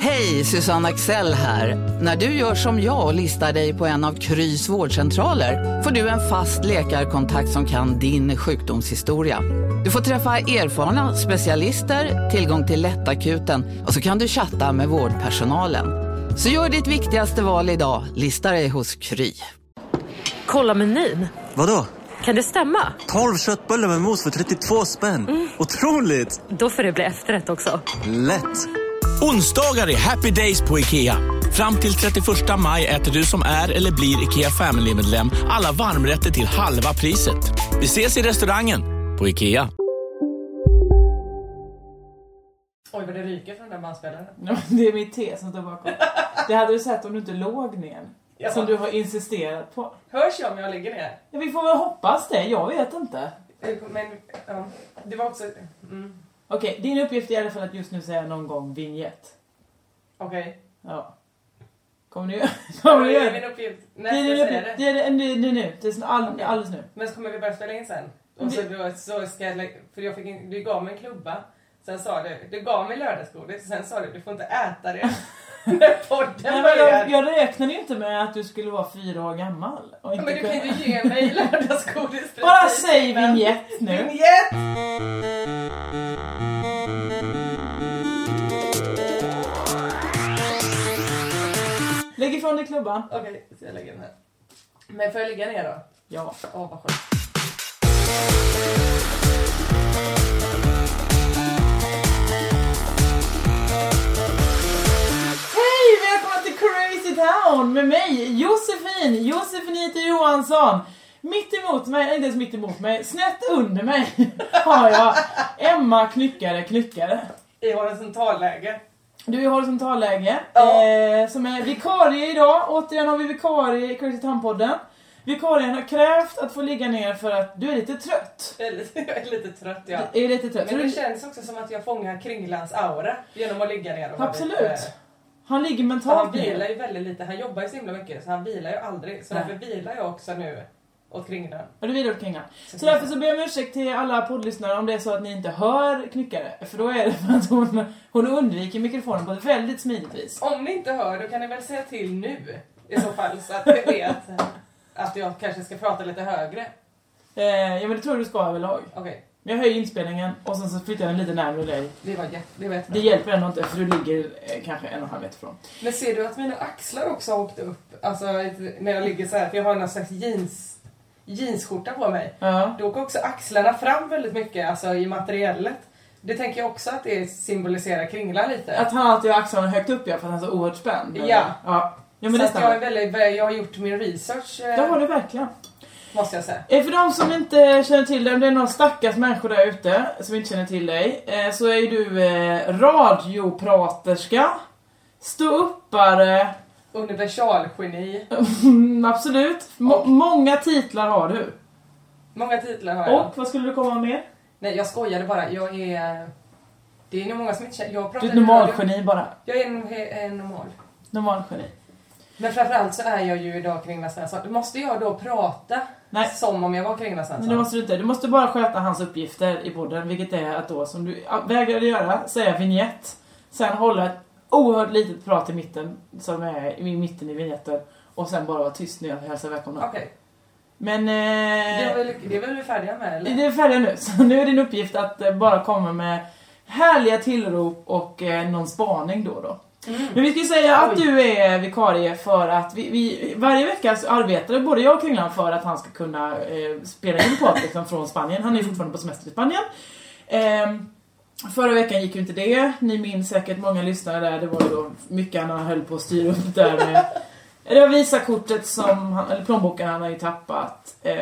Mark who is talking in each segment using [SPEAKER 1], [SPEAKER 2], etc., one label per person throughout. [SPEAKER 1] Hej, Susanne Axel här. När du gör som jag och listar dig på en av Krys vårdcentraler får du en fast läkarkontakt som kan din sjukdomshistoria. Du får träffa erfarna specialister, tillgång till lättakuten och så kan du chatta med vårdpersonalen. Så gör ditt viktigaste val idag, listar dig hos Kry.
[SPEAKER 2] Kolla menyn.
[SPEAKER 3] Vadå?
[SPEAKER 2] Kan det stämma?
[SPEAKER 3] 12 köttbullar med mos för 32 spänn. Otroligt!
[SPEAKER 2] Då får det bli efterrätt också.
[SPEAKER 3] Lätt!
[SPEAKER 4] Onsdagar är happy days på IKEA. Fram till 31 maj äter du som är eller blir IKEA Family-medlem alla varmrätter till halva priset. Vi ses i restaurangen på IKEA.
[SPEAKER 5] Oj vad det ryker från den bandspelaren.
[SPEAKER 6] Ja, det är mitt te som står bakom. Det hade du sett om du inte låg ner.
[SPEAKER 5] Ja.
[SPEAKER 6] Som du har insisterat på.
[SPEAKER 5] Hörs jag om jag ligger ner?
[SPEAKER 6] Ja, vi får väl hoppas det, jag vet inte.
[SPEAKER 5] Eh, Men ja, det var också... Mm,
[SPEAKER 6] Okej, din uppgift är i alla fall att just nu säga någon gång vignett.
[SPEAKER 5] Okej.
[SPEAKER 6] Ja. Kommer du Kommer du
[SPEAKER 5] Det är
[SPEAKER 6] göra
[SPEAKER 5] min
[SPEAKER 6] det?
[SPEAKER 5] uppgift.
[SPEAKER 6] Det är
[SPEAKER 5] Nej, jag
[SPEAKER 6] din
[SPEAKER 5] säger
[SPEAKER 6] uppgift.
[SPEAKER 5] det.
[SPEAKER 6] Det är det- nu, nu, nu. Det är sån all, alldeles nu.
[SPEAKER 5] Men så kommer vi börja spela in sen. Och så, då, så ska jag, lä- för jag fick in, du gav mig en klubba. Sen sa du, du gav mig lördagsgodis. Sen sa du, du får inte äta det. När podden
[SPEAKER 6] Nej, men jag,
[SPEAKER 5] börjar.
[SPEAKER 6] jag räknade ju inte med att du skulle vara fyra år gammal. Och
[SPEAKER 5] Ja,
[SPEAKER 6] inte
[SPEAKER 5] Men du kan ju
[SPEAKER 6] kunna-
[SPEAKER 5] inte ge mig lördagsgodis.
[SPEAKER 6] Bara
[SPEAKER 5] precis.
[SPEAKER 6] säg
[SPEAKER 5] Men-
[SPEAKER 6] vignett nu.
[SPEAKER 5] Vinjett!
[SPEAKER 6] Lägg ifrån dig klubban.
[SPEAKER 5] Okej, så jag lägger den här. Men får jag ligga ner då?
[SPEAKER 6] Ja.
[SPEAKER 5] Åh, vad skönt.
[SPEAKER 6] Hej! Välkomna till Crazy Town med mig Josefin, Josefinita Johansson. Mitt emot mig, nej, inte ens mitt emot mig, snett under mig har jag Emma Knyckare Knyckare.
[SPEAKER 5] I horisontalläge.
[SPEAKER 6] Du är horisontalläge,
[SPEAKER 5] Ja.
[SPEAKER 6] eh, som är vikarie idag. Återigen har vi vikarie i Crazy Town-podden. Vikarien har krävt att få ligga ner för att du är lite trött.
[SPEAKER 5] Jag är lite, jag är lite trött ja.
[SPEAKER 6] Du är lite trött.
[SPEAKER 5] Men
[SPEAKER 6] Så
[SPEAKER 5] det
[SPEAKER 6] du-
[SPEAKER 5] känns också som att jag fångar Kringlans aura genom att ligga ner och vara
[SPEAKER 6] Absolut.
[SPEAKER 5] lite-
[SPEAKER 6] Han ligger
[SPEAKER 5] Så han
[SPEAKER 6] mentalt
[SPEAKER 5] vilar
[SPEAKER 6] ner.
[SPEAKER 5] ju väldigt lite, han jobbar ju så himla mycket så han vilar ju aldrig. Så
[SPEAKER 6] Nej.
[SPEAKER 5] därför vilar jag också nu åt Kringlan.
[SPEAKER 6] Ja, du vilar åt kringan. Så därför så ber jag om ursäkt till alla poddlyssnare om det är så att ni inte hör Knyckare. För då är det för att hon, hon undviker mikrofonen på ett väldigt smidigt vis.
[SPEAKER 5] Om ni inte hör då kan ni väl säga till nu i så fall så att ni vet att jag kanske ska prata lite högre.
[SPEAKER 6] Eh, ja men det tror jag du ska överlag.
[SPEAKER 5] Okej,
[SPEAKER 6] Men jag höjer inspelningen och sen så flyttar jag den lite närmare dig.
[SPEAKER 5] det var jätte, det var jättebra.
[SPEAKER 6] Det hjälper ändå inte för du ligger eh, kanske en och en halv meter från.
[SPEAKER 5] Men ser du att mina axlar också har åkt upp? Alltså när jag ligger så här, för jag har någon slags jeans, jeansskjorta på mig.
[SPEAKER 6] Ja.
[SPEAKER 5] Då går också axlarna fram väldigt mycket, alltså i materiellet. Det tänker jag också att det symboliserar kringlan lite.
[SPEAKER 6] Att han alltid har axlarna högt upp ja, för att han är så oerhört spänd.
[SPEAKER 5] Ja.
[SPEAKER 6] Ja, ja men det
[SPEAKER 5] så att jag, är
[SPEAKER 6] stämmer.
[SPEAKER 5] väldigt, jag har gjort min research, eh,
[SPEAKER 6] Det har du verkligen.
[SPEAKER 5] måste jag säga.
[SPEAKER 6] Eh, För de som inte känner till dig, om det är några stackars människor där ute som inte känner till dig, eh, så är ju du eh, radiopraterska, ståuppare,
[SPEAKER 5] Universalgeni.
[SPEAKER 6] mm, absolut. Må- Många titlar har du.
[SPEAKER 5] Många titlar har jag.
[SPEAKER 6] Och vad skulle du komma med mer?
[SPEAKER 5] Nej, jag skojade bara. Jag är... Det är nog många som inte känner... Jag pratar
[SPEAKER 6] Du är ett normalgeni bara.
[SPEAKER 5] Jag är en, en normal.
[SPEAKER 6] Normalgeni.
[SPEAKER 5] Men framförallt så är jag ju idag Kringla Svensson. Måste jag då prata
[SPEAKER 6] Nej.
[SPEAKER 5] som om jag var Kringla
[SPEAKER 6] Men
[SPEAKER 5] Svensson?
[SPEAKER 6] det måste du inte. Du måste bara sköta hans uppgifter i podden, vilket är att då, som du ja, vägrade göra, säga vignett, sen hålla ett oerhört litet prat i mitten, som är i mitten i vignetten, och sen bara vara tyst när jag hälsar välkomna.
[SPEAKER 5] Okej,
[SPEAKER 6] Men...
[SPEAKER 5] det, är
[SPEAKER 6] Eh,
[SPEAKER 5] väl- det är väl vi färdiga med eller?
[SPEAKER 6] det är färdiga nu, så nu är din uppgift att eh, bara komma med härliga tillrop och eh, någon spaning då och då. Men vi ska ju säga att
[SPEAKER 5] Mm. Oj.
[SPEAKER 6] du är vikarie för att vi, vi varje vecka så arbetar både jag och Kringlan för att han ska kunna eh, spela in podd liksom, från Spanien. Han är ju
[SPEAKER 5] Mm.
[SPEAKER 6] fortfarande på semester i Spanien. Ehm, Förra veckan gick ju inte det. Ni minns säkert många lyssnare där. Det var ju då mycket han höll på att styra upp där med det var visakortet som han, eller plånboken han har ju tappat. Eh,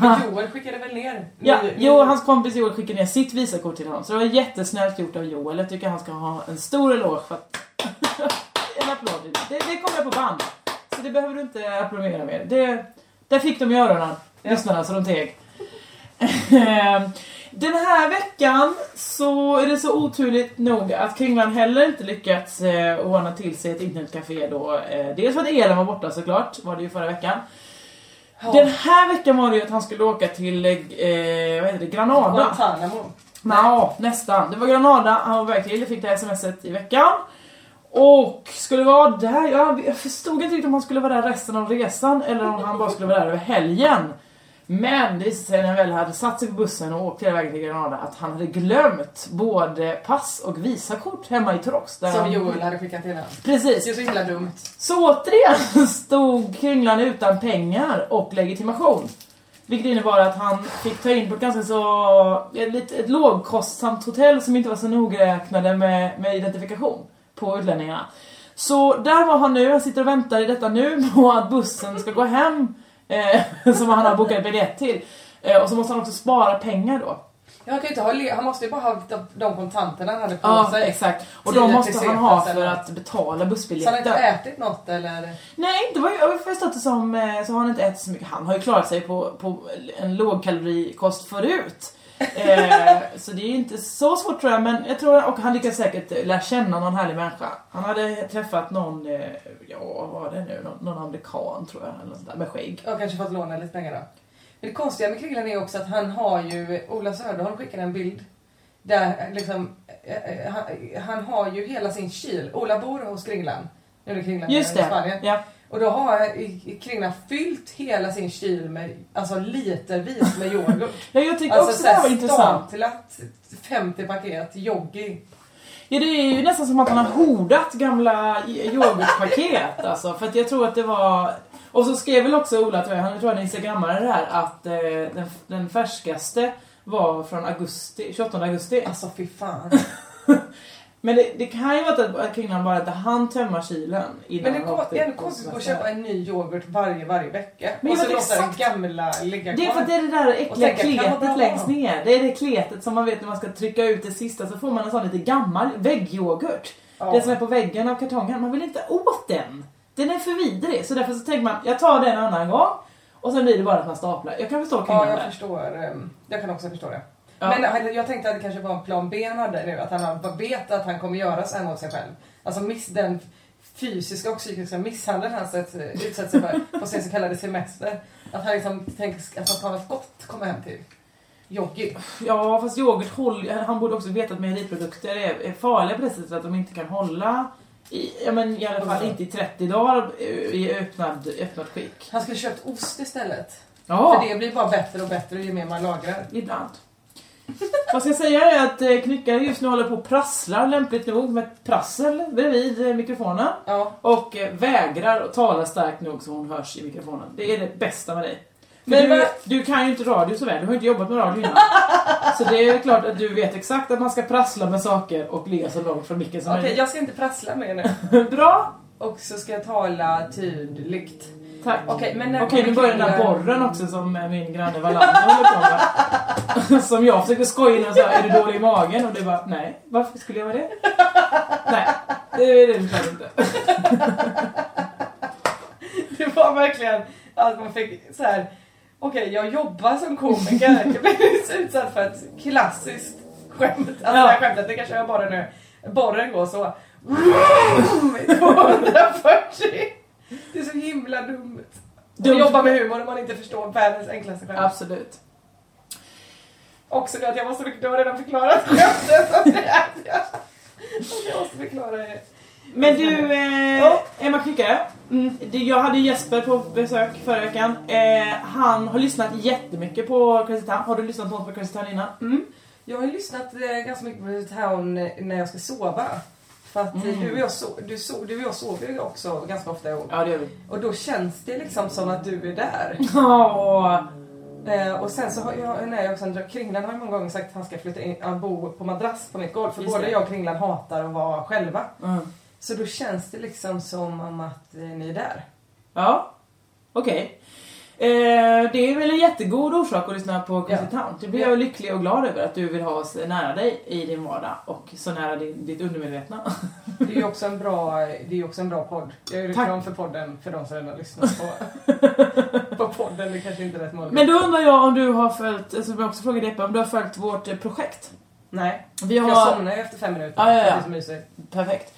[SPEAKER 5] Men Joel skickade väl ner?
[SPEAKER 6] Ja,
[SPEAKER 5] ny-
[SPEAKER 6] Joel,
[SPEAKER 5] ny-
[SPEAKER 6] hans kompis Joel skickade ner sitt visakort till honom. Så det var jättesnällt gjort av Joel. Jag tycker han ska ha en stor eloge för att... en applåd. Det, det kommer jag på band. Så det behöver du inte applådera mer. Det, där fick de i öronen, lyssnarna, så de teg. Ehm, Den här veckan så är det så oturligt nog att Kringland heller inte lyckats eh, ordna till sig ett internetcafé då. Eh, dels för att Elin var borta såklart, var det ju förra veckan. Den här veckan var det ju att han skulle åka till, eh, vad heter det, Granada.
[SPEAKER 5] Guantanamo.
[SPEAKER 6] Ja, nästan. Det var Granada han var på väg till, fick det här smset i veckan. Och skulle vara där, jag jag förstod inte riktigt om han skulle vara där resten av resan eller om han bara skulle vara där över helgen. Men det visade sig när han väl hade satt sig på bussen och åkt hela vägen till Granada att han hade glömt både pass och visakort hemma i Trox. där
[SPEAKER 5] Som
[SPEAKER 6] han-
[SPEAKER 5] Joel hade skickat till honom. Det är
[SPEAKER 6] Precis.
[SPEAKER 5] så himla dumt.
[SPEAKER 6] Så återigen stod Kringlan utan pengar och legitimation. Vilket innebar att han fick ta in på ett ganska så... Ett, lite- ett lågkostsamt hotell som inte var så nogräknade med, med identifikation på utlänningarna. Så där var han nu, han sitter och väntar i detta nu på att bussen ska gå hem eh, som han har bokat biljett till. Eh, och så måste han också spara pengar då.
[SPEAKER 5] Ja, Han, kan ju inte ha, le- han måste ju bara ha de- de kontanterna han hade på
[SPEAKER 6] Ja,
[SPEAKER 5] sig.
[SPEAKER 6] exakt. Och
[SPEAKER 5] Tio
[SPEAKER 6] de
[SPEAKER 5] till
[SPEAKER 6] måste han
[SPEAKER 5] Cepas
[SPEAKER 6] ha för
[SPEAKER 5] eller
[SPEAKER 6] att betala
[SPEAKER 5] Så han
[SPEAKER 6] bussbiljetten.
[SPEAKER 5] har inte ätit något eller?
[SPEAKER 6] Nej, inte vad jag har förstått det som eh, så har han inte ätit så mycket. Han har ju klarat sig på, på en lågkalorikost förut. Eh, så det är ju inte så svårt tror jag, men jag tror, och han lyckas säkert eh, lära känna någon härlig människa. Han hade träffat någon, eh, ja vad var det nu, någon, någon amerikan tror jag, eller något sånt där, med skägg.
[SPEAKER 5] Jag har kanske fått låna lite pengar då. Men det konstiga med Kringlan är också att han har ju, Ola Söderholm skickade en bild där liksom, eh, eh, han, han har ju hela sin kyl. Ola bor hos Kringlan. Nu är det Kringlan
[SPEAKER 6] Just
[SPEAKER 5] i Spanien.
[SPEAKER 6] det, ja.
[SPEAKER 5] Och då har eh, Kringlan fyllt hela sin kyl med alltså litervis med yoghurt.
[SPEAKER 6] ja jag tycker också
[SPEAKER 5] alltså
[SPEAKER 6] det här var
[SPEAKER 5] såhär
[SPEAKER 6] intressant.
[SPEAKER 5] staplat 50 paket yogi.
[SPEAKER 6] Ja, det är ju nästan som att han har hordat gamla yoghurtpaket alltså. För att jag tror att det var... Och så skrev väl också Ola, tror jag, han tror han är instagrammare det här, att eh, den, den färskaste var från augusti, 28 augusti.
[SPEAKER 5] Alltså fy fan.
[SPEAKER 6] Men det, det kan ju vara att- att Kringland bara inte han tömma kylen innan
[SPEAKER 5] Men det
[SPEAKER 6] han åkte
[SPEAKER 5] är ändå
[SPEAKER 6] på
[SPEAKER 5] konstigt att
[SPEAKER 6] semester.
[SPEAKER 5] köpa en ny yoghurt varje, varje vecka.
[SPEAKER 6] Men
[SPEAKER 5] och
[SPEAKER 6] jag
[SPEAKER 5] så
[SPEAKER 6] vet
[SPEAKER 5] låta den
[SPEAKER 6] exakt.
[SPEAKER 5] gamla ligga
[SPEAKER 6] Det är för
[SPEAKER 5] kvar.
[SPEAKER 6] att det är det där
[SPEAKER 5] Och
[SPEAKER 6] äckliga
[SPEAKER 5] tänka, kan vara bra.
[SPEAKER 6] kletet längst ner. Det är det kletet som man vet när man ska trycka ut det sista så får man en sån lite gammal väggyoghurt.
[SPEAKER 5] Ja.
[SPEAKER 6] Den som är på väggen av kartongen. Man vill inte åt den. Den är för vidrig. Så därför så tänker man, jag tar den en annan gång. Och sen blir det bara att man staplar. Jag kan förstå kring
[SPEAKER 5] Ja,
[SPEAKER 6] det
[SPEAKER 5] jag
[SPEAKER 6] där.
[SPEAKER 5] förstår. ehm, Jag kan också förstå det.
[SPEAKER 6] Ja.
[SPEAKER 5] Men han- jag tänkte att det kanske var en plan B han hade nu. Att han har- bara vet att han kommer göra så här mot sig själv. Alltså miss, den fysiska och psykiska misshandeln han sätts- eh, utsätts sig för på sin så kallade semester. Att han liksom tänker att han tar något gott komma hem till. Yogi.
[SPEAKER 6] Ja, fast yoghurt håller Han borde också veta att mejeriprodukter är, är farliga på det sättet att de inte kan hålla i, ja, men i alla fall inte i 30 dagar eh, i öppnad, öppnat skick.
[SPEAKER 5] Han skulle köpt ost istället.
[SPEAKER 6] Ja.
[SPEAKER 5] För det blir bara bättre och bättre ju mer man lagrar.
[SPEAKER 6] Ibland. Vad jag ska säga är att eh, knyckare just nu håller på och prasslar lämpligt nog med ett prassel bredvid eh, mikrofonen.
[SPEAKER 5] Ja.
[SPEAKER 6] Och eh, vägrar att tala starkt nog så hon hörs i mikrofonen. Det är det bästa med dig.
[SPEAKER 5] Men
[SPEAKER 6] Men du,
[SPEAKER 5] vad-
[SPEAKER 6] du kan ju inte radio så väl, du har ju inte jobbat med radio innan. Så det är klart att du vet exakt att man ska prassla med saker och ligga så långt från micken som
[SPEAKER 5] Okej,
[SPEAKER 6] möjligt.
[SPEAKER 5] jag ska inte prassla mer nu.
[SPEAKER 6] Bra!
[SPEAKER 5] Och så ska jag tala tydligt.
[SPEAKER 6] Tack.
[SPEAKER 5] Okej, men när-
[SPEAKER 6] Okej, nu börjar den där borren också som eh, min granne Wallander håller på med. Som jag försöker skoja in och säga, är du dålig i magen? Och du bara, nej, varför skulle jag vara det? Nej, det är det såklart inte.
[SPEAKER 5] Det var verkligen att man fick så här. okej jag jobbar som komiker. Jag blev nyss utsatt för ett klassiskt skämt. Alltså det här skämtet, det kanske jag bara nu. Borren går så. Vroom! I 240. Det är så himla dumt.
[SPEAKER 6] Dumt.
[SPEAKER 5] Att jobba med humor om man inte förstår världens enklaste skämt.
[SPEAKER 6] Absolut.
[SPEAKER 5] Också det att jag måste, du har redan förklarat skämtet. Så det är att jag, att jag måste förklara det.
[SPEAKER 6] Men du, eh, Emma Knyckare.
[SPEAKER 5] Mm.
[SPEAKER 6] Det- Jag hade Jesper på besök förra veckan. Eh, han har lyssnat jättemycket på Crazy Town. Har du lyssnat något på Crazy Town innan?
[SPEAKER 5] Mm. Jag har ju lyssnat eh, ganska mycket på The Town eh, när jag ska sova. För att
[SPEAKER 6] Mm.
[SPEAKER 5] eh, du, och jag so- du, so- du och jag sover ju också ganska ofta ihop.
[SPEAKER 6] Ja, det gör vi.
[SPEAKER 5] Och då känns det liksom som att du är där.
[SPEAKER 6] Ja,
[SPEAKER 5] Eh, och sen så har jag, nej, jag också en dröm. Kringlan har ju många gånger sagt att han ska flytta in, han bo på madrass på mitt golv. För
[SPEAKER 6] Just
[SPEAKER 5] både
[SPEAKER 6] det.
[SPEAKER 5] jag och Kringlan hatar att vara själva.
[SPEAKER 6] Mm.
[SPEAKER 5] Så då känns det liksom som om att eh, ni är där.
[SPEAKER 6] ja. okej. Eh, det är väl en jättegod orsak att lyssna på Crazy
[SPEAKER 5] Ja.
[SPEAKER 6] Town. Det blir
[SPEAKER 5] Ja.
[SPEAKER 6] jag lycklig och glad över att du vill ha oss nära dig i din vardag och så nära din, ditt undermedvetna.
[SPEAKER 5] Det är ju också en bra, eh, det är också en bra podd. Jag gör
[SPEAKER 6] Tack.
[SPEAKER 5] reklam för podden för de som redan lyssnar på, på podden. Det kanske inte är rätt målgrupp.
[SPEAKER 6] Men då undrar jag om du har följt, alltså jag också frågade Jeppe, om du har följt vårt eh, projekt?
[SPEAKER 5] Nej,
[SPEAKER 6] Vi
[SPEAKER 5] för
[SPEAKER 6] har...
[SPEAKER 5] jag somnar ju efter fem minuter.
[SPEAKER 6] Ja, ja, ja.
[SPEAKER 5] Det är så mysigt.
[SPEAKER 6] Perfekt.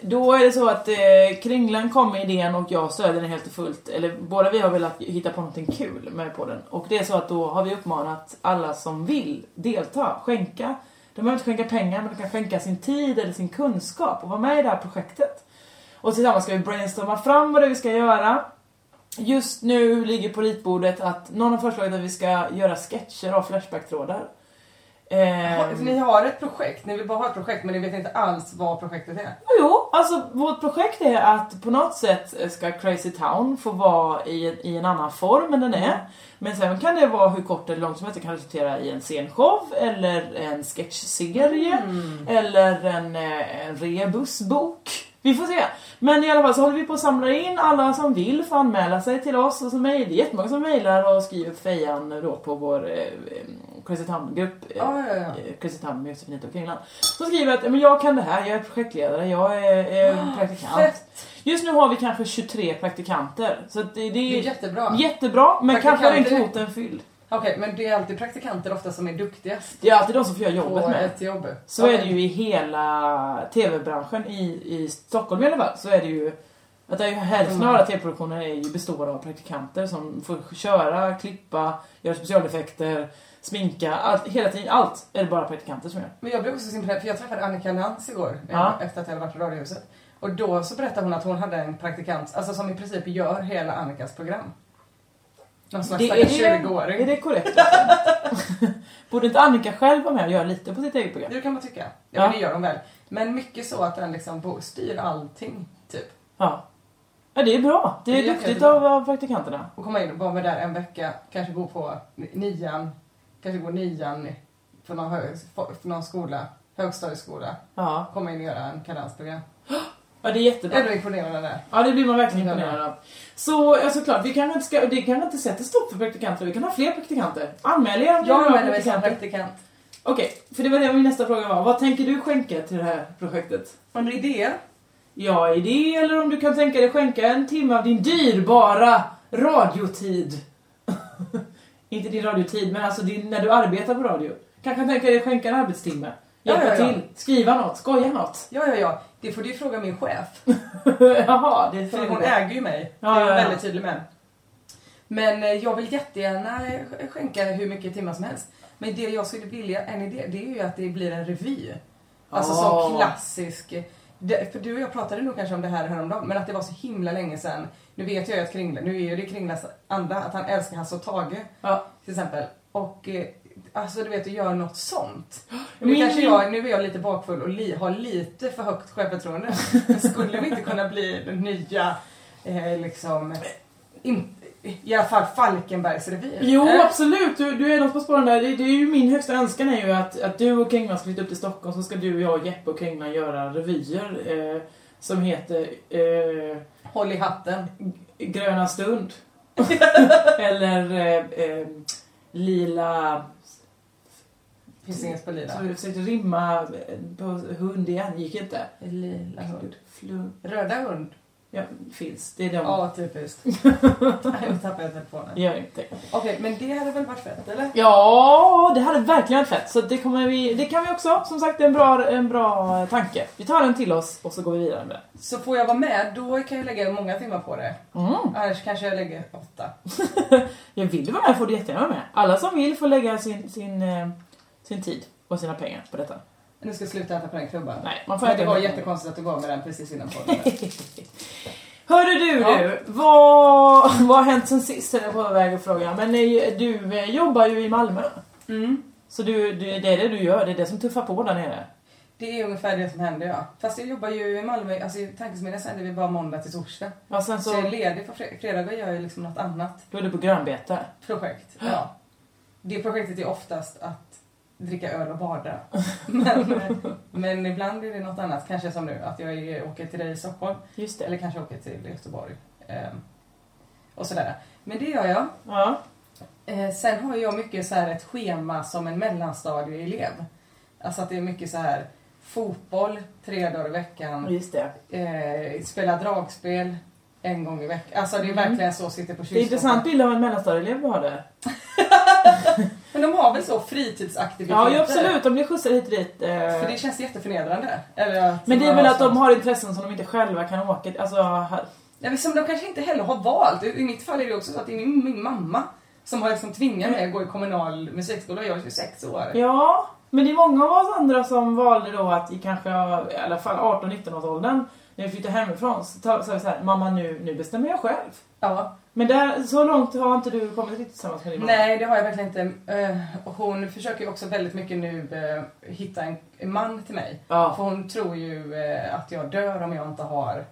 [SPEAKER 6] Då är det så att eh, Kringlan kom med idén och jag stödjer den helt och fullt. Eller båda vi har velat hitta på någonting kul med podden. Och det är så att då har vi uppmanat alla som vill delta, skänka. De behöver inte skänka pengar men de kan skänka sin tid eller sin kunskap och vara med i det här projektet. Och tillsammans ska vi brainstorma fram vad det är vi ska göra. Just nu ligger på ritbordet att någon har föreslagit att vi ska göra sketcher av Flashback-trådar.
[SPEAKER 5] Har-
[SPEAKER 6] Ehm,
[SPEAKER 5] för Ni har ett projekt, ni vill bara ha ett projekt men ni vet inte alls vad projektet är.
[SPEAKER 6] Ja, Jo, alltså vårt projekt är att på något sätt eh, ska Crazy Town få vara i en, i en annan form än den
[SPEAKER 5] Mm.
[SPEAKER 6] är. Men sen kan det vara hur kort eller långt som helst. Det kan resultera i en scenshow eller en sketchserie
[SPEAKER 5] Mm.
[SPEAKER 6] eller en, eh, en rebusbok. Vi får se. Men i alla fall så håller vi på att samla in alla som vill får anmäla sig till oss. Och så mejl, det är jättemånga som mejlar och skriver på fejan då på vår eh, eh, Crazy Town-grupp. eh,
[SPEAKER 5] Ja, ja, ja.
[SPEAKER 6] eh, Crazy Town med Josefinito och Kringland. Som skriver att "Ja, men jag kan det här, jag är projektledare, jag är eh, praktikant.
[SPEAKER 5] Ah, Fett!
[SPEAKER 6] Just nu har vi kanske 23 praktikanter. Så att det, det
[SPEAKER 5] Det är
[SPEAKER 6] är
[SPEAKER 5] jättebra.
[SPEAKER 6] jättebra, men kanske är den
[SPEAKER 5] Praktikanter.
[SPEAKER 6] kvoten fylld.
[SPEAKER 5] Okej, men det är alltid praktikanter ofta som är duktigast
[SPEAKER 6] Det är alltid de som får göra
[SPEAKER 5] på
[SPEAKER 6] jobbet med.
[SPEAKER 5] ett jobb.
[SPEAKER 6] Så är det ju i hela TV-branschen i, i Stockholm i alla fall. Så är det ju att det är ju hälften av
[SPEAKER 5] Mm.
[SPEAKER 6] alla TV-produktioner är ju består av praktikanter som får köra, klippa, göra specialeffekter, sminka, allt, hela tiden. Allt är det bara praktikanter som gör.
[SPEAKER 5] Men jag blev också så imponerad för jag träffade Annika Lantz igår
[SPEAKER 6] Ja.
[SPEAKER 5] eh, efter att jag hade varit i Radiohuset. Och då så berättade hon att hon hade en praktikant alltså som i princip gör hela Annikas program. Någon slags
[SPEAKER 6] Det
[SPEAKER 5] det
[SPEAKER 6] är, det,
[SPEAKER 5] 20-åring.
[SPEAKER 6] är det korrekt? alltså? Borde inte Annika själv vara med och göra lite på sitt eget program?
[SPEAKER 5] Det kan man tycka. Ja,
[SPEAKER 6] Ja.
[SPEAKER 5] Men det gör de väl. Men mycket så att den liksom bo- styr allting. Typ.
[SPEAKER 6] Ja. Ja, det är bra. Det är
[SPEAKER 5] Det är
[SPEAKER 6] duktigt
[SPEAKER 5] jättebra.
[SPEAKER 6] av av praktikanterna.
[SPEAKER 5] Och komma in och bara vara där en vecka. Kanske gå på n- nian. Kanske gå nian för någon, hö- för någon skola. Högstadieskola.
[SPEAKER 6] Ja.
[SPEAKER 5] Komma in och göra en kalansprogram.
[SPEAKER 6] ja, det är jättebra.
[SPEAKER 5] Ändå imponerande där.
[SPEAKER 6] Ja, det blir man verkligen
[SPEAKER 5] Ja.
[SPEAKER 6] imponerad av. Så ja, såklart, vi kan inte, ska, det kan inte sätta stopp för praktikanter. Vi kan ha fler praktikanter. Anmäl er om ni vill ha
[SPEAKER 5] Jag använder mig som
[SPEAKER 6] praktikanter.
[SPEAKER 5] praktikant.
[SPEAKER 6] Okej, för det var det min nästa fråga var. Vad tänker du skänka till det här projektet?
[SPEAKER 5] Har du idéer?
[SPEAKER 6] Ja, idé eller om du kan tänka dig skänka en timme av din dyrbara radiotid. Inte din radiotid, men alltså din, när du arbetar på radio. Kanske kan tänka dig skänka en arbetstimme.
[SPEAKER 5] Ja,
[SPEAKER 6] Hjälpa
[SPEAKER 5] ja, ja.
[SPEAKER 6] till, skriva något, skoja något.
[SPEAKER 5] Ja, ja, ja. Det får du ju fråga min chef.
[SPEAKER 6] Jaha, det är
[SPEAKER 5] För hon
[SPEAKER 6] frågan.
[SPEAKER 5] äger ju mig.
[SPEAKER 6] Ja,
[SPEAKER 5] det är hon
[SPEAKER 6] ja, ja.
[SPEAKER 5] väldigt tydlig med. Men eh, jag vill jättegärna eh, skänka hur mycket timmar som helst. Men det jag skulle vilja, en idé, det är ju att det blir en revy. Alltså
[SPEAKER 6] Ah.
[SPEAKER 5] som klassisk. Det, för du och jag pratade nog kanske om det här häromdagen, men att det var så himla länge sedan. Nu vet jag ju att Kringla, nu är ju det Kringlas anda, att han älskar Hasse och Tage
[SPEAKER 6] Ja.
[SPEAKER 5] till exempel. Och eh, alltså du vet, att göra något sånt. Nu,
[SPEAKER 6] Min-
[SPEAKER 5] kanske jag, nu är jag lite bakfull och li, har lite för högt självförtroende. Men skulle vi inte kunna bli den nya, eh, liksom, in, i alla fall Falkenbergsrevyn?
[SPEAKER 6] Jo,
[SPEAKER 5] Eh,
[SPEAKER 6] absolut. Du, du är något på spåren där. Det, det är ju min högsta önskan är ju att, att du och Kringlan ska flytta upp till Stockholm så ska du, jag, Jeppe och Kringlan göra revyer eh, som heter eh,
[SPEAKER 5] Håll i hatten.
[SPEAKER 6] Gröna stund. Eller eh, eh, Lila...
[SPEAKER 5] Finns inget på lila.
[SPEAKER 6] Så jag försökte rimma eh, på hund igen, gick inte.
[SPEAKER 5] Lila hund.
[SPEAKER 6] Flu-
[SPEAKER 5] Röda hund.
[SPEAKER 6] Ja, finns. Det är de.
[SPEAKER 5] Ja, typiskt. Nej, Nu tappade jag telefonen.
[SPEAKER 6] Gör inte.
[SPEAKER 5] Okej, men det hade väl varit fett, eller?
[SPEAKER 6] Ja, det hade verkligen varit fett. Så det, kommer vi, det kan vi också. Som sagt, det är en bra, en bra eh, tanke. Vi tar den till oss och så går vi vidare med den.
[SPEAKER 5] Så får jag vara med, då kan jag lägga många timmar på det.
[SPEAKER 6] Mm.
[SPEAKER 5] Annars kanske jag lägger åtta.
[SPEAKER 6] Jag vill du vara med får du jättegärna vara med. Alla som vill får lägga sin, sin, eh, sin tid och sina pengar på detta.
[SPEAKER 5] Nu ska jag sluta äta på den klubban.
[SPEAKER 6] Nej, man får
[SPEAKER 5] Men
[SPEAKER 6] äta
[SPEAKER 5] det var
[SPEAKER 6] den.
[SPEAKER 5] jättekonstigt att du gav mig den precis innan podden.
[SPEAKER 6] Hörru du,
[SPEAKER 5] Ja.
[SPEAKER 6] du vad, vad har hänt sen sist? höll Jag på väg att fråga. Men eh, du eh, jobbar ju i Malmö.
[SPEAKER 5] Mm.
[SPEAKER 6] Så du, du, det är det du gör, det är det som tuffar på där nere.
[SPEAKER 5] Det är ungefär det som händer ja. Fast jag jobbar ju i Malmö, alltså i tankesmedjan sänder vi bara måndag till torsdag.
[SPEAKER 6] Ja, sen
[SPEAKER 5] Så,
[SPEAKER 6] så,
[SPEAKER 5] jag är ledig på fre- fredagar gör jag liksom något annat
[SPEAKER 6] då är du på grönbete.
[SPEAKER 5] projekt. Ja. Det projektet är oftast att dricka öl och bada. Men, men ibland är det något annat, kanske som nu, att jag är, åker till dig i Stockholm.
[SPEAKER 6] Just det.
[SPEAKER 5] Eller kanske åker till Göteborg. Ehm, och sådär. Men det gör jag.
[SPEAKER 6] Ja.
[SPEAKER 5] Eh, sen har jag mycket så här ett schema som en mellanstadieelev. Alltså att det är mycket så här fotboll tre dagar i veckan,
[SPEAKER 6] Just det.
[SPEAKER 5] eh, spela dragspel en gång i veckan. Alltså det är verkligen så, sitter på
[SPEAKER 6] Mm. Det är intressant bild av en mellanstadieelev du har där.
[SPEAKER 5] Men de har väl så fritidsaktiviteter?
[SPEAKER 6] Ja, ja absolut, de blir skjutsade hit och dit. eh.
[SPEAKER 5] För det känns jätteförnedrande. Eller att
[SPEAKER 6] Men det är
[SPEAKER 5] man
[SPEAKER 6] väl att de
[SPEAKER 5] sånt.
[SPEAKER 6] har intressen som de inte själva kan åka till. Alltså, ha-
[SPEAKER 5] Ja, men som de kanske inte heller har valt. I i mitt fall är det också så att det är min, min mamma som har liksom tvingat mig att gå i kommunal musikskola och jag är 26 år.
[SPEAKER 6] ja. Men det är många av oss andra som valde då att i kanske i alla fall 18-19 års åldern när vi flyttade hemifrån så sa vi såhär, mamma nu, nu bestämmer jag själv.
[SPEAKER 5] Ja.
[SPEAKER 6] Men där, så långt har inte du kommit riktigt tillsammans med din mamma.
[SPEAKER 5] Nej, det har jag verkligen inte. Eh, och Hon försöker ju också väldigt mycket nu eh, hitta en- en man till mig.
[SPEAKER 6] Ja.
[SPEAKER 5] För hon tror ju eh, att jag dör om jag inte har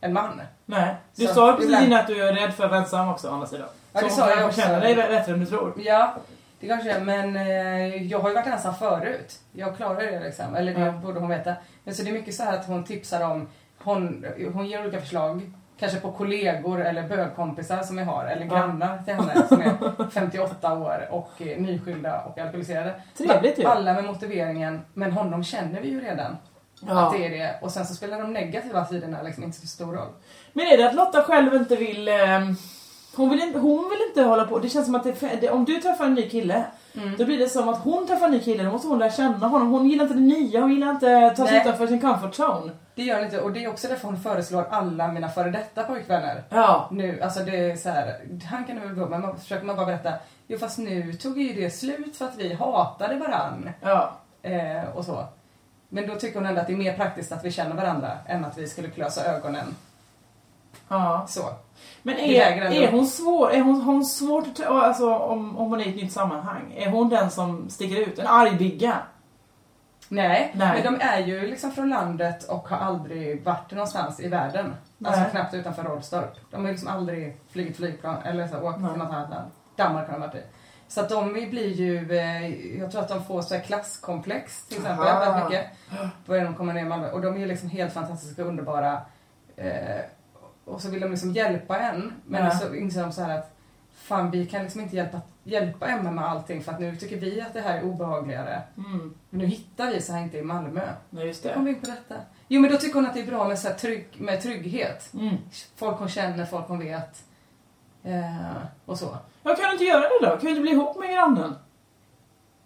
[SPEAKER 5] en man.
[SPEAKER 6] Nej. Du
[SPEAKER 5] Så,
[SPEAKER 6] sa ju precis
[SPEAKER 5] ibland-
[SPEAKER 6] innan att du är rädd för att vara ensam också å andra sidan.
[SPEAKER 5] Ja, det
[SPEAKER 6] så
[SPEAKER 5] sa
[SPEAKER 6] hon
[SPEAKER 5] jag också.
[SPEAKER 6] kanske känner dig bättre än du tror.
[SPEAKER 5] Ja, det kanske jag är, men eh, jag har ju varit ensam förut. Jag klarar det liksom, eller det
[SPEAKER 6] Ja.
[SPEAKER 5] borde hon veta. Men så det är mycket så här att hon tipsar om, hon, hon ger olika förslag. Kanske på kollegor eller bögkompisar som jag har, eller
[SPEAKER 6] Ja.
[SPEAKER 5] grannar till henne som är 58 år och eh, nyskilda och alkoholiserade.
[SPEAKER 6] Trevligt ju.
[SPEAKER 5] Alla med motiveringen, men honom känner vi ju redan.
[SPEAKER 6] Ja.
[SPEAKER 5] Att det är det. Och sen så spelar de negativa sidorna liksom inte så stor roll.
[SPEAKER 6] Men är det att Lotta själv inte vill... ehm, hon, vill inte, hon vill inte hålla på. Det känns som att det, det, om du träffar en ny kille, då blir det som att hon träffar en ny kille, då måste hon lära känna honom. Hon gillar inte det nya, hon gillar inte att ta sig
[SPEAKER 5] Nej.
[SPEAKER 6] utanför sin comfort zone.
[SPEAKER 5] Det gör hon inte och det är också därför hon föreslår alla mina före detta pojkvänner.
[SPEAKER 6] Ja.
[SPEAKER 5] Nu, alltså det är så här, han kan du väl gå men man försöker man bara berätta. Jo fast nu tog ju det slut för att vi hatade varann.
[SPEAKER 6] Ja.
[SPEAKER 5] Eh, och så. Men då tycker hon ändå att det är mer praktiskt att vi känner varandra än att vi skulle klösa ögonen.
[SPEAKER 6] ja.
[SPEAKER 5] Så.
[SPEAKER 6] Men
[SPEAKER 5] Det
[SPEAKER 6] är,
[SPEAKER 5] vägrar ändå.
[SPEAKER 6] är hon svår, är hon, har hon svårt att, ta- alltså, om, om hon är i ett nytt sammanhang, är hon den som sticker ut? En arg bigga?
[SPEAKER 5] Nej,
[SPEAKER 6] Nej.
[SPEAKER 5] men de är ju liksom från landet och har aldrig varit någonstans i världen.
[SPEAKER 6] Nej.
[SPEAKER 5] Alltså knappt utanför Rolfstorp. De har liksom aldrig flugit flygplan eller så, åkt
[SPEAKER 6] Nej.
[SPEAKER 5] till något annat land. Danmark har de varit i. Så att de blir ju, eh, jag tror att de får så här klasskomplex till exempel
[SPEAKER 6] Aha.
[SPEAKER 5] väldigt mycket. Börjar de komma ner i Malmö. Och de är ju liksom helt fantastiska och underbara. Eh, och så vill de liksom hjälpa en. Men
[SPEAKER 6] Ja.
[SPEAKER 5] så inser de så här att fan vi kan liksom inte hjälpa, hjälpa Emma med allting för att nu tycker vi att det här är obehagligare.
[SPEAKER 6] Mm.
[SPEAKER 5] Nu hittar vi så här inte i Malmö.
[SPEAKER 6] Nej, just
[SPEAKER 5] Kom
[SPEAKER 6] det.
[SPEAKER 5] in på detta. Jo men då tycker hon att det är bra med, så här trygg, med trygghet.
[SPEAKER 6] Mm.
[SPEAKER 5] Folk hon känner, folk hon vet. Eh, och så.
[SPEAKER 6] Jag kan du inte göra det då? Kan du inte bli ihop med grannen?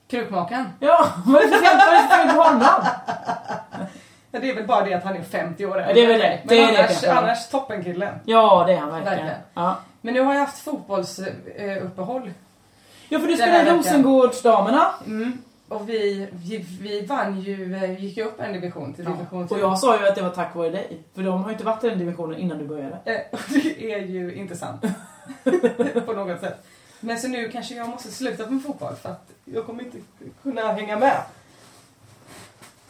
[SPEAKER 5] Krukmakaren.
[SPEAKER 6] Ja, vad är det för fel- vad är det för fel på honom?
[SPEAKER 5] Ja, Det är väl bara det att han är 50 år
[SPEAKER 6] Ja, det är väl det.
[SPEAKER 5] Men
[SPEAKER 6] Det är det
[SPEAKER 5] annars,
[SPEAKER 6] kanske.
[SPEAKER 5] annars toppenkillen.
[SPEAKER 6] Ja, det är han verkligen.
[SPEAKER 5] Verkligen.
[SPEAKER 6] Ja.
[SPEAKER 5] Men nu har jag haft fotbollsuppehåll.
[SPEAKER 6] ja, för
[SPEAKER 5] Den
[SPEAKER 6] du
[SPEAKER 5] här
[SPEAKER 6] spelar
[SPEAKER 5] veckan.
[SPEAKER 6] Rosengårdsdamerna.
[SPEAKER 5] Mm. Och vi, vi, vi vann ju, eh, gick ju upp en division till division
[SPEAKER 6] Och jag sa ju att det var tack vare dig. För de har ju inte varit i den divisionen innan du började.
[SPEAKER 5] Eh, och Det är ju inte sant. på något sätt. Men så nu kanske jag måste sluta med fotboll för att jag kommer inte kunna hänga med.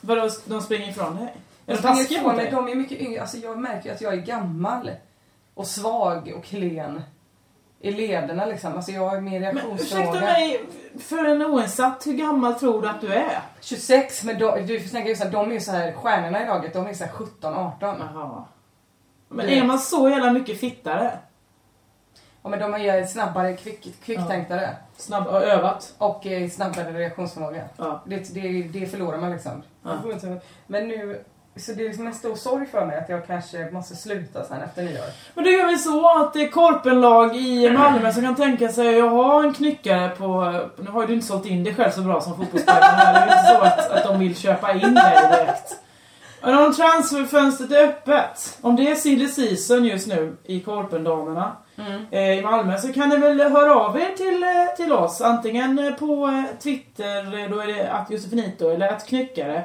[SPEAKER 6] Vadå, de springer ifrån dig? Är
[SPEAKER 5] Jag
[SPEAKER 6] de
[SPEAKER 5] springer
[SPEAKER 6] taskiga mot
[SPEAKER 5] ifrån mig.
[SPEAKER 6] dig?
[SPEAKER 5] De är mycket yngre. Alltså jag märker ju att jag är gammal. Och svag och klen. I lederna liksom. Alltså jag har mer
[SPEAKER 6] Men ursäkta
[SPEAKER 5] reaktionsförmåga.
[SPEAKER 6] mig, för en oinsatt, hur gammal tror du att du är?
[SPEAKER 5] 26, men de, du snackar ju såhär, de är ju såhär, stjärnorna i laget, de är såhär 17, 18.
[SPEAKER 6] Jaha. Men är man så jävla mycket fittare?
[SPEAKER 5] Ja men de är ju snabbare, kvick, kvicktänkare.
[SPEAKER 6] Snabb, och övat?
[SPEAKER 5] Och eh, snabbare reaktionsförmåga.
[SPEAKER 6] Ja.
[SPEAKER 5] Det, det, det förlorar man liksom.
[SPEAKER 6] Ja.
[SPEAKER 5] Det går inte. Men nu, så det är liksom en stor sorg för mig att jag kanske måste sluta sen efter nyår.
[SPEAKER 6] Men då gör vi så att det är korpenlag i Malmö som kan tänka sig att ha en knyckare på... Nu har ju du inte sålt in dig själv så bra som fotbollsspelare här. Det är ju inte så att, att de vill köpa in dig direkt. Men om transferfönstret är öppet, om det är silly season just nu i korpendamerna
[SPEAKER 5] Mm.
[SPEAKER 6] eh, i Malmö så kan ni väl höra av er till, eh, till oss. Antingen eh, på eh, Twitter, eh, då är det att Josefinito eller att knyckare.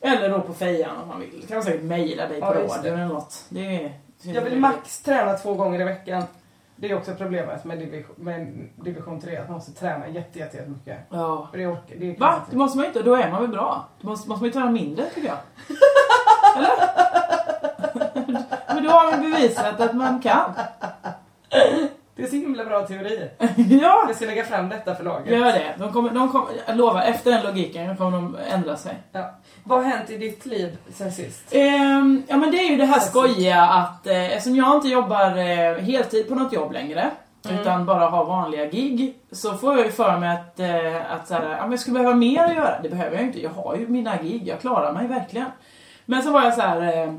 [SPEAKER 6] Eller då på fejan om man vill. Kan säkert mejla dig på
[SPEAKER 5] Ja, just det.
[SPEAKER 6] radion eller något. Det är,
[SPEAKER 5] Jag vill max träna två gånger i veckan. Det är också problemet med division, med division 3, att man måste träna jätte, jätte, jättemycket.
[SPEAKER 6] Ja.
[SPEAKER 5] Och Det orkar, det kan
[SPEAKER 6] Va?
[SPEAKER 5] jag
[SPEAKER 6] Det
[SPEAKER 5] inte.
[SPEAKER 6] måste man ju inte. Då är man väl bra? Då måste, måste man ju träna mindre tycker jag. Eller? Men då har man bevisat att man kan.
[SPEAKER 5] Det är så himla bra teori.
[SPEAKER 6] ja,
[SPEAKER 5] Jag ska lägga fram detta för laget.
[SPEAKER 6] gör det. De kommer, de kommer, jag lovar, efter den logiken kommer de ändra sig.
[SPEAKER 5] Ja. Vad har hänt i ditt liv sen sist?
[SPEAKER 6] Ehm, ja men det är ju det här skojiga att eh, eftersom jag inte jobbar eh, heltid på något jobb längre utan bara har vanliga gig så får jag ju för mig att, eh, att så här, ja, men jag skulle behöva mer att göra. Det behöver jag ju inte, jag har ju mina gig, jag klarar mig verkligen. Men så var jag så här. Eh,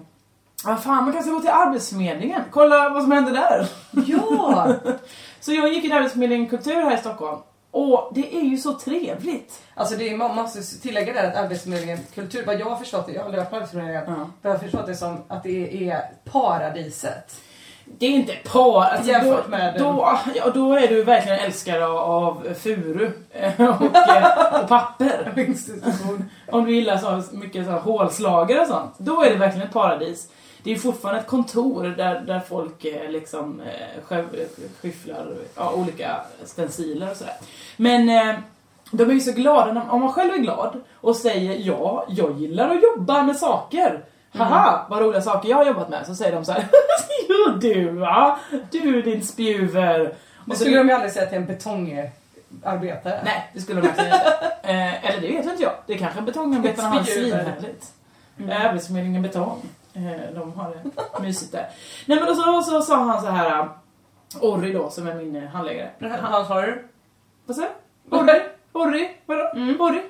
[SPEAKER 6] Ja, fan, man kanske gå till Arbetsförmedlingen. Kolla vad som händer där.
[SPEAKER 5] Ja!
[SPEAKER 6] Så jag gick till Arbetsförmedlingen Kultur här i Stockholm. Och det är ju så trevligt.
[SPEAKER 5] Alltså det är, man måste tillägga där att Arbetsförmedlingen kultur, vad jag har förstått det, jag har löpt på Arbetsförmedlingen,
[SPEAKER 6] Ja.
[SPEAKER 5] jag har förstått det som att det är paradiset.
[SPEAKER 6] Det är inte par. Alltså,
[SPEAKER 5] Jämfört
[SPEAKER 6] då,
[SPEAKER 5] med-
[SPEAKER 6] då, ja, då är du verkligen älskare av- av furu eh, och, eh, och papper.
[SPEAKER 5] Institution.
[SPEAKER 6] Om du gillar så mycket så här hålslagare och sånt. Då är det verkligen ett paradis. Det är ju fortfarande ett kontor där, där folk eh, liksom eh, skäv- skyfflar ja, olika stenciler och sådär. Men eh, de är ju så glada, när- om man själv är glad och säger ja, jag gillar att jobba med saker.
[SPEAKER 5] Mm.
[SPEAKER 6] Haha, vad roliga saker jag har jobbat med. Så säger de så här. "Jo, du va? Du din spjuver.
[SPEAKER 5] Det skulle
[SPEAKER 6] Och
[SPEAKER 5] de
[SPEAKER 6] så,
[SPEAKER 5] ju aldrig säga till en betongarbetare.
[SPEAKER 6] nej, det skulle de verkligen inte. Eh, eller det vet inte jag. Det är kanske betongarbetarna har det
[SPEAKER 5] Spjuver.
[SPEAKER 6] svinhärligt. Mm. Arbetsförmedlingen Betong. Eh, de har det mysigt där. Nej men och så, och så sa han så här. eh, Orri då, som är min eh, handläggare. Han,
[SPEAKER 5] Han sa du?
[SPEAKER 6] vad sa du? Orri? Orri? Vadå? Orri?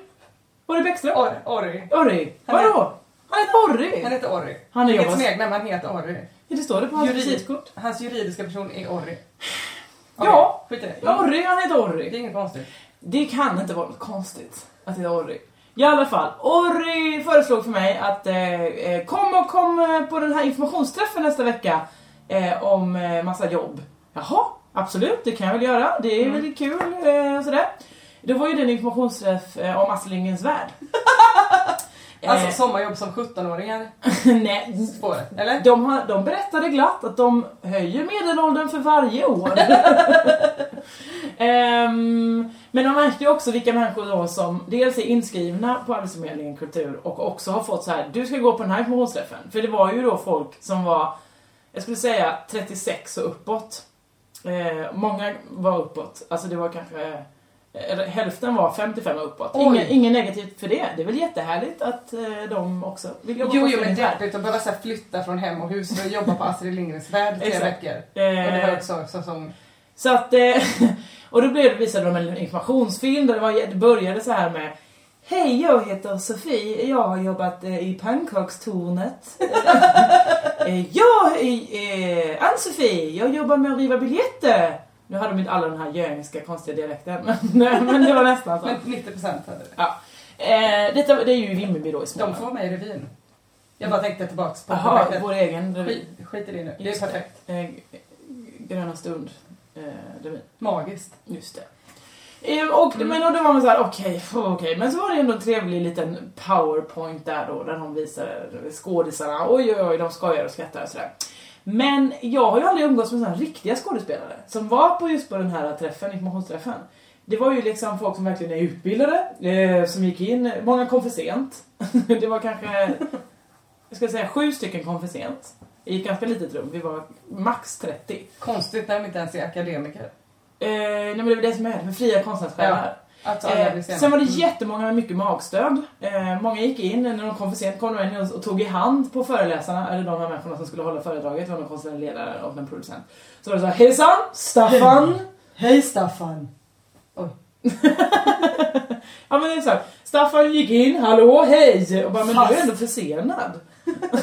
[SPEAKER 6] Orri Bäckström?
[SPEAKER 5] Or- Mm. Orri.
[SPEAKER 6] Orri?
[SPEAKER 5] Han är-
[SPEAKER 6] Vadå? Han heter Orri!
[SPEAKER 5] Han heter Orri.
[SPEAKER 6] Han är
[SPEAKER 5] Inget
[SPEAKER 6] jobbas-
[SPEAKER 5] smeknamn, han heter Orri.
[SPEAKER 6] Ja, det står det på hans visitkort.
[SPEAKER 5] Hans juridiska person är Orri.
[SPEAKER 6] Ja.
[SPEAKER 5] Okej, Skit i det.
[SPEAKER 6] Ja, Orri, han heter
[SPEAKER 5] Det är
[SPEAKER 6] Orri.
[SPEAKER 5] inget konstigt.
[SPEAKER 6] Det kan inte vara något konstigt att det är Orri. I alla fall, Orri föreslog för mig att eh, eh, kom och kom eh, på den här informationsträffen nästa vecka eh, om eh, massa jobb. Jaha, absolut, det kan jag väl göra. Det är väldigt kul eh, och sådär. Det var ju den informationsträff eh, om Astrid Lindgrens Värld.
[SPEAKER 5] Alltså
[SPEAKER 6] Eh,
[SPEAKER 5] sommarjobb som 17-åringar
[SPEAKER 6] nej,
[SPEAKER 5] får. Eller?
[SPEAKER 6] De, har, de berättade glatt att de höjer medelåldern för varje år. Ehm, men man märkte ju också vilka människor då som dels är inskrivna på Arbetsförmedlingen Kultur och också har fått så här: du ska gå på den här informationsträffen. För det var ju då folk som var, jag skulle säga 36 och uppåt. Eh, många var uppåt, alltså det var kanske eller hälften var 55 och uppåt.
[SPEAKER 5] Oj.
[SPEAKER 6] Ingen, ingen negativt för det. Det är väl jättehärligt att eh, de också vill jobba
[SPEAKER 5] Jo,
[SPEAKER 6] på
[SPEAKER 5] jo men
[SPEAKER 6] föreningsvärlden.
[SPEAKER 5] deppigt att behöva så här, flytta från hem och hus för att jobba på Astrid Lindgrens Värld tre
[SPEAKER 6] Exakt.
[SPEAKER 5] veckor.
[SPEAKER 6] Eh.
[SPEAKER 5] Och det var också säsong...
[SPEAKER 6] Så att, eh, och då blev det, visade de en informationsfilm där det, var, det började så här med Hej, jag heter Sofie. Jag har jobbat eh, i pannkakstornet. Eh, jag är eh, Ann-Sofie. Jag jobbar med att riva biljetter. Nu hade de inte alla den här göinska konstiga dialekten, men, men det var nästan så.
[SPEAKER 5] Men 90% hade det.
[SPEAKER 6] Ja. Eh, detta, det är ju i Vimmerby då i
[SPEAKER 5] De
[SPEAKER 6] Småland.
[SPEAKER 5] får vara med i revyn. Jag bara tänkte tillbaks på
[SPEAKER 6] Jaha,
[SPEAKER 5] projektet.
[SPEAKER 6] vår egen revy.
[SPEAKER 5] Skit, skit i det nu. Det är
[SPEAKER 6] Just
[SPEAKER 5] perfekt.
[SPEAKER 6] Eh, Gröna stund eh, revyn.
[SPEAKER 5] Magiskt.
[SPEAKER 6] Just det. Eh, Och, Men och då var man såhär, okej, okay, Men så var det ändå en trevlig liten powerpoint där då, där de visade skådisarna. Oj, oj, oj, de skojar och skrattar och sådär. Men jag har ju aldrig umgåtts med sådana riktiga skådespelare som var på just på den här träffen, informationsträffen. Det var ju liksom folk som verkligen är utbildade, eh, som gick in. Många kom för sent. det var kanske, jag ska säga sju stycken kom för sent. I ett ganska litet rum, vi var max 30.
[SPEAKER 5] Konstigt när de inte ens är akademiker.
[SPEAKER 6] Eh, nej men det är väl det som är med fria konstnärssjälar.
[SPEAKER 5] Att alla
[SPEAKER 6] Eh,
[SPEAKER 5] blir sena. Mm.
[SPEAKER 6] sen var det jättemånga med mycket magstöd. Eh, många gick in, när de kom för sent kom de in och tog i hand på föreläsarna, eller de här människorna som skulle hålla föredraget, det var någon konstnärlig ledare och en producent. Så var det så här, hejsan, Staffan!
[SPEAKER 5] Hej Staffan!
[SPEAKER 6] Ja men det är så här, Staffan gick in, hallå, hej! Och bara, men du är ändå försenad.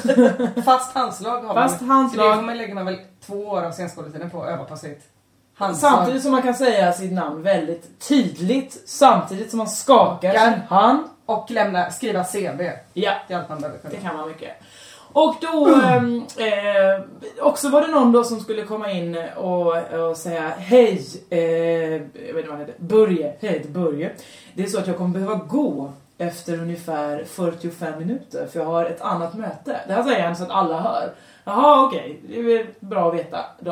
[SPEAKER 5] Fast handslag har
[SPEAKER 6] Fast
[SPEAKER 5] man.
[SPEAKER 6] handslag.
[SPEAKER 5] För Det får man lägger man väl två år av scenskoletiden på att öva på sitt handslag.
[SPEAKER 6] Samtidigt som man kan säga sitt namn väldigt tydligt, samtidigt som man skakar
[SPEAKER 5] Skakar.
[SPEAKER 6] sin hand.
[SPEAKER 5] Och lämna, skriva CV.
[SPEAKER 6] Ja,
[SPEAKER 5] Det är allt man behöver kunna.
[SPEAKER 6] Det kan man mycket. Och då, ehm, eh, också var det någon då som skulle komma in och, och säga Hej, eh, jag vet inte vad han heter, Börje, hej jag heter Börje. Det är så att jag kommer behöva gå efter ungefär 45 minuter för jag har ett annat möte. Det här säger han så att alla hör. Jaha okej, det är bra att veta då.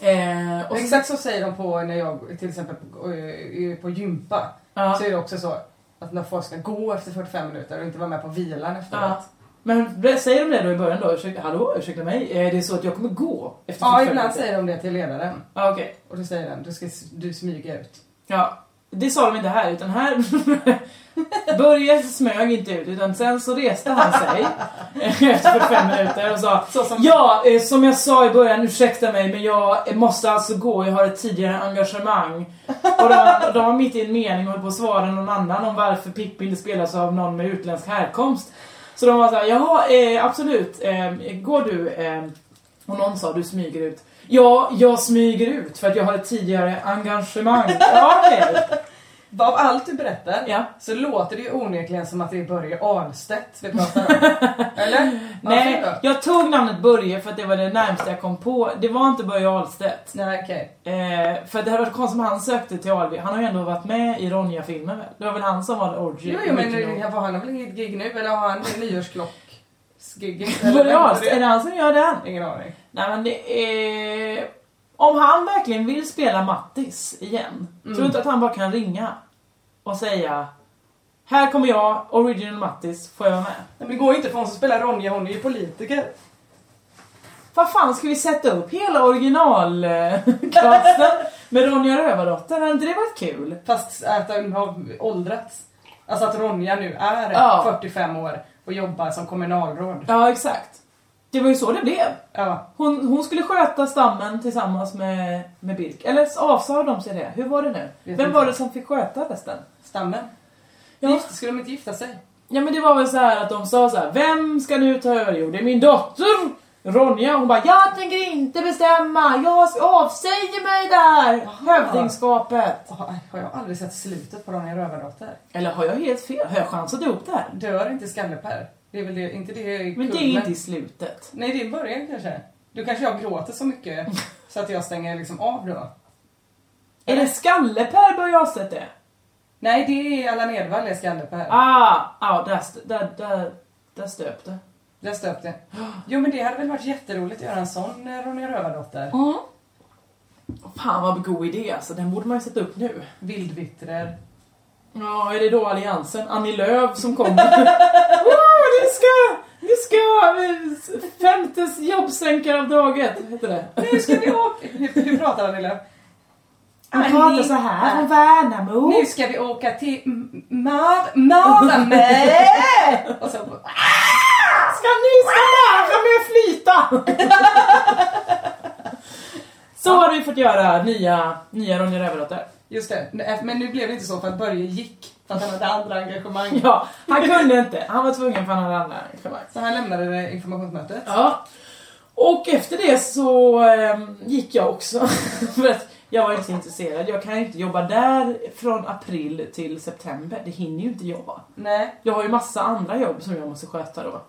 [SPEAKER 6] Eh, och så-
[SPEAKER 5] Exakt så säger de på när jag till exempel eh, är på gympa.
[SPEAKER 6] Ja.
[SPEAKER 5] Så är det också så att när folk ska gå efter 45 minuter och inte vara med på vilan efteråt.
[SPEAKER 6] Ja. Men ble- säger de det då i början då? Ursäkta, hallå, ursäkta mig? Eh, Det är så att jag kommer gå efter
[SPEAKER 5] Ja,
[SPEAKER 6] förföljelse.
[SPEAKER 5] ibland säger de det till ledaren.
[SPEAKER 6] Ja, okej.
[SPEAKER 5] Och då säger den, du ska du smyga ut.
[SPEAKER 6] Ja, det sa de inte här utan här Börje smög inte ut utan sen så reste han sig efter 45 minuter och sa
[SPEAKER 5] Så som-
[SPEAKER 6] Ja, eh, som jag sa i början, ursäkta mig men jag eh, måste alltså gå, jag har ett tidigare engagemang. Och de, de var mitt i en mening och höll på att svara någon annan om varför Pippi inte spelas av någon med utländsk härkomst. Så de var såhär, jaha eh, absolut, eh, går du? Eh, och någon sa du smyger ut. Ja, jag smyger ut för att jag har ett tidigare engagemang. Ja, okej.
[SPEAKER 5] Av allt du berättar
[SPEAKER 6] Ja.
[SPEAKER 5] så låter det ju onekligen som att det är Börje Ahlstedt vi pratar om. Eller?
[SPEAKER 6] Nej,
[SPEAKER 5] Varför då?
[SPEAKER 6] jag tog namnet Börje för att det var det närmaste jag kom på. Det var inte Börje Ahlstedt.
[SPEAKER 5] Nej, okej.
[SPEAKER 6] Eh, för det hade varit konstigt om han sökte till Alby. Han har ju ändå varit med i Ronja-filmen väl? Det var väl han som var Orgy?
[SPEAKER 5] Jo, jo, men nu, var han har väl inget gig nu? Eller har han en nyårsklock-gig? Eller
[SPEAKER 6] Börje
[SPEAKER 5] väntar
[SPEAKER 6] Ahlstedt, är
[SPEAKER 5] det?
[SPEAKER 6] det han som gör den?
[SPEAKER 5] Ingen aning.
[SPEAKER 6] Nej men det är... Om han verkligen vill spela Mattis igen, tror du
[SPEAKER 5] Mm.
[SPEAKER 6] inte att han bara kan ringa och säga Här kommer jag, original Mattis, får jag vara med?
[SPEAKER 5] Nej, men det går ju inte för hon som spelar Ronja, hon är ju politiker.
[SPEAKER 6] Vad fan ska vi sätta upp hela originalkasten med Ronja Rövardotter? Hade inte det varit kul?
[SPEAKER 5] Fast att hon har åldrats. Alltså att Ronja nu är
[SPEAKER 6] Ja.
[SPEAKER 5] 45 år och jobbar som kommunalråd.
[SPEAKER 6] Ja, exakt. Det var ju så det blev.
[SPEAKER 5] Ja.
[SPEAKER 6] Hon, hon skulle sköta stammen tillsammans med, med Birk. Eller avsade de sig det? Hur var det nu?
[SPEAKER 5] Vet
[SPEAKER 6] Vem
[SPEAKER 5] inte.
[SPEAKER 6] var det som fick sköta resten?
[SPEAKER 5] Stammen.
[SPEAKER 6] Ja.
[SPEAKER 5] Gift, skulle de inte gifta sig?
[SPEAKER 6] Ja men det var väl så här att de sa så här: vem ska nu ta över? Jo det är min dotter! Ronja, hon bara, jag tänker inte bestämma, jag avsäger mig det här hövdingskapet.
[SPEAKER 5] Har har jag aldrig sett slutet på Ronja Rövardotter?
[SPEAKER 6] Eller har jag helt fel? Har jag chansat ihop det här?
[SPEAKER 5] Dör inte Skalleper? Det är väl det, inte det är
[SPEAKER 6] Men det är inte i slutet.
[SPEAKER 5] Nej, det är början kanske. Då kanske jag gråter så mycket så att jag stänger liksom av då.
[SPEAKER 6] Är det Skalle-Per Börje Ahlstedt det?
[SPEAKER 5] Nej, det är Allan Edwall, det är Skalleper.
[SPEAKER 6] Ah, ah där, st- där, där, där stöpte.
[SPEAKER 5] Där stöpte Jo, men det hade väl varit jätteroligt att göra en sån eh, Ronja Rövardotter.
[SPEAKER 6] Mm. Fan vad god idé alltså, den borde man ju sätta upp nu.
[SPEAKER 5] Vildvittrer.
[SPEAKER 6] Ja, är det då Alliansen? Annie Lööf som kommer? wow, ni ska... Ni ska... eh, Femtes jobbsänkaravdraget, heter det.
[SPEAKER 5] Nu ska vi åka... Hur, hur pratar han Lilla?
[SPEAKER 6] Han pratar så här från Värnamo.
[SPEAKER 5] Nu ska vi åka till M- Mar- Marame! Och så...
[SPEAKER 6] "Ah! ska ni ska lära mig att flyta! så har vi fått göra nya, nya Ronja Rövardotter.
[SPEAKER 5] Just det, Nej, men nu blev det inte så för att Börje gick. För att han hade andra engagemang.
[SPEAKER 6] Ja, han kunde inte. Han var tvungen för han hade andra engagemang.
[SPEAKER 5] Så han lämnade det informationsmötet.
[SPEAKER 6] Ja. Och efter det så ehm, gick jag också. för att jag var inte så intresserad. Jag kan ju inte jobba där från april till september. Det hinner ju inte jag.
[SPEAKER 5] Nej.
[SPEAKER 6] Jag har ju massa andra jobb som jag måste sköta då.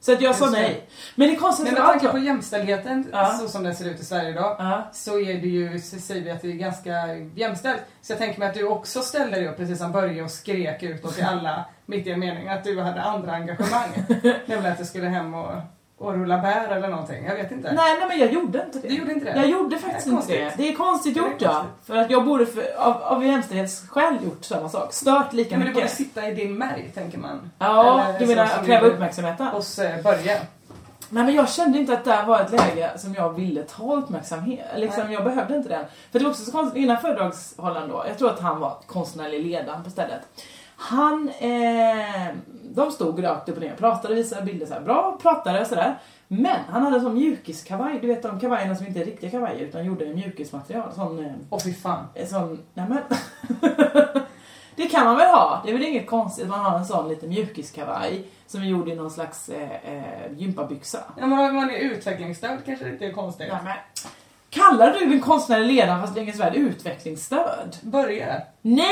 [SPEAKER 6] Så att jag sa
[SPEAKER 5] Just det.
[SPEAKER 6] nej. Men det konstiga
[SPEAKER 5] Men
[SPEAKER 6] är
[SPEAKER 5] med tanke
[SPEAKER 6] konstigt
[SPEAKER 5] på jämställdheten
[SPEAKER 6] Ja.
[SPEAKER 5] så som den ser ut i Sverige idag
[SPEAKER 6] Ja.
[SPEAKER 5] så är det ju, så säger vi att det är ganska jämställt. Så jag tänker mig att du också ställde dig upp precis som Börje och skrek utåt till alla mitt i en mening att du hade andra engagemang. Nämligen att du skulle hem och, och rulla bär eller någonting. Jag vet inte.
[SPEAKER 6] Nej, nej men jag gjorde inte det.
[SPEAKER 5] Du gjorde inte det?
[SPEAKER 6] Jag gjorde faktiskt
[SPEAKER 5] Det är
[SPEAKER 6] inte det.
[SPEAKER 5] konstigt.
[SPEAKER 6] Det är konstigt
[SPEAKER 5] Det är
[SPEAKER 6] gjort ja.
[SPEAKER 5] konstigt.
[SPEAKER 6] För att jag borde för, av, av jämställdhetsskäl gjort samma sak. Stört lika
[SPEAKER 5] Ja, men det borde
[SPEAKER 6] mycket.
[SPEAKER 5] sitta i din märg tänker man.
[SPEAKER 6] Ja,
[SPEAKER 5] Eller
[SPEAKER 6] du
[SPEAKER 5] så
[SPEAKER 6] menar
[SPEAKER 5] som
[SPEAKER 6] kräva
[SPEAKER 5] du-
[SPEAKER 6] uppmärksamheten?
[SPEAKER 5] Hos eh, Börje.
[SPEAKER 6] Nej men jag kände inte att det här var ett läge som jag ville ta uppmärksamhet. Liksom,
[SPEAKER 5] Nej.
[SPEAKER 6] jag behövde inte den. För det var också så konstigt, innan föredragshållaren då, jag tror att han var konstnärlig ledaren på stället. Han, eh, de stod rakt upp och ner och pratade, visade bilder så här, bra pratare och sådär. Men han hade sån mjukiskavaj, du vet de kavajerna som inte är riktiga kavajer utan gjorde i mjukismaterial. Sån, eh,
[SPEAKER 5] Åh fy fan.
[SPEAKER 6] en sån, nej men. det kan man väl ha? Det är väl inget konstigt att man har en sån lite mjukiskavaj som är gjord i någon slags eh, eh, gympabyxa.
[SPEAKER 5] Ja, men om man är utvecklingsstörd kanske det inte är konstigt.
[SPEAKER 6] Nej, men. Kallar du en konstnärlig ledare fast länge svärd utvecklingsstöd?
[SPEAKER 5] Börje.
[SPEAKER 6] Nej!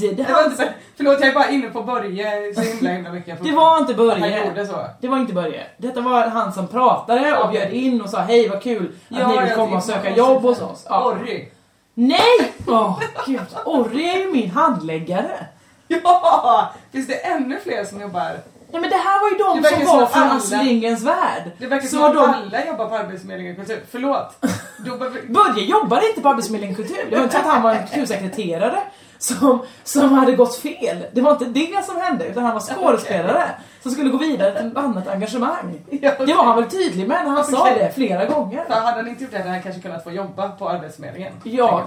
[SPEAKER 6] Det,
[SPEAKER 5] Det var inte, förlåt, jag är bara inne på Börje så himla himla mycket.
[SPEAKER 6] det var inte
[SPEAKER 5] Han
[SPEAKER 6] Börje.
[SPEAKER 5] gjorde så.
[SPEAKER 6] Det var inte Börje. Detta var han som pratade och bjöd in och sa hej vad kul att ni vill komma och söka jobb hos oss. Ja.
[SPEAKER 5] typ. Orry.
[SPEAKER 6] Nej! Åh gud, Orri är ju min handläggare.
[SPEAKER 5] Ja! Finns det ännu fler som jobbar
[SPEAKER 6] Nej men det här var ju
[SPEAKER 5] Det
[SPEAKER 6] de
[SPEAKER 5] verkar
[SPEAKER 6] som var
[SPEAKER 5] som
[SPEAKER 6] från
[SPEAKER 5] alla-
[SPEAKER 6] Astrid Lindgrens värld.
[SPEAKER 5] Det verkar
[SPEAKER 6] Så
[SPEAKER 5] som att
[SPEAKER 6] de-
[SPEAKER 5] alla jobbar på Arbetsförmedlingen kultur. Förlåt. Då behöver...
[SPEAKER 6] Börje jobbade inte på Arbetsförmedlingen kultur. Jag tror att han var en kultursekreterare som, som hade gått fel. Det var inte det som hände utan han var skådespelare som skulle gå vidare till ett annat engagemang.
[SPEAKER 5] Ja, okej.
[SPEAKER 6] Det var han väl tydlig med när han sa
[SPEAKER 5] Okej.
[SPEAKER 6] det flera gånger.
[SPEAKER 5] För hade han inte gjort det hade han kanske kunnat få jobba på Arbetsförmedlingen.
[SPEAKER 6] Ja,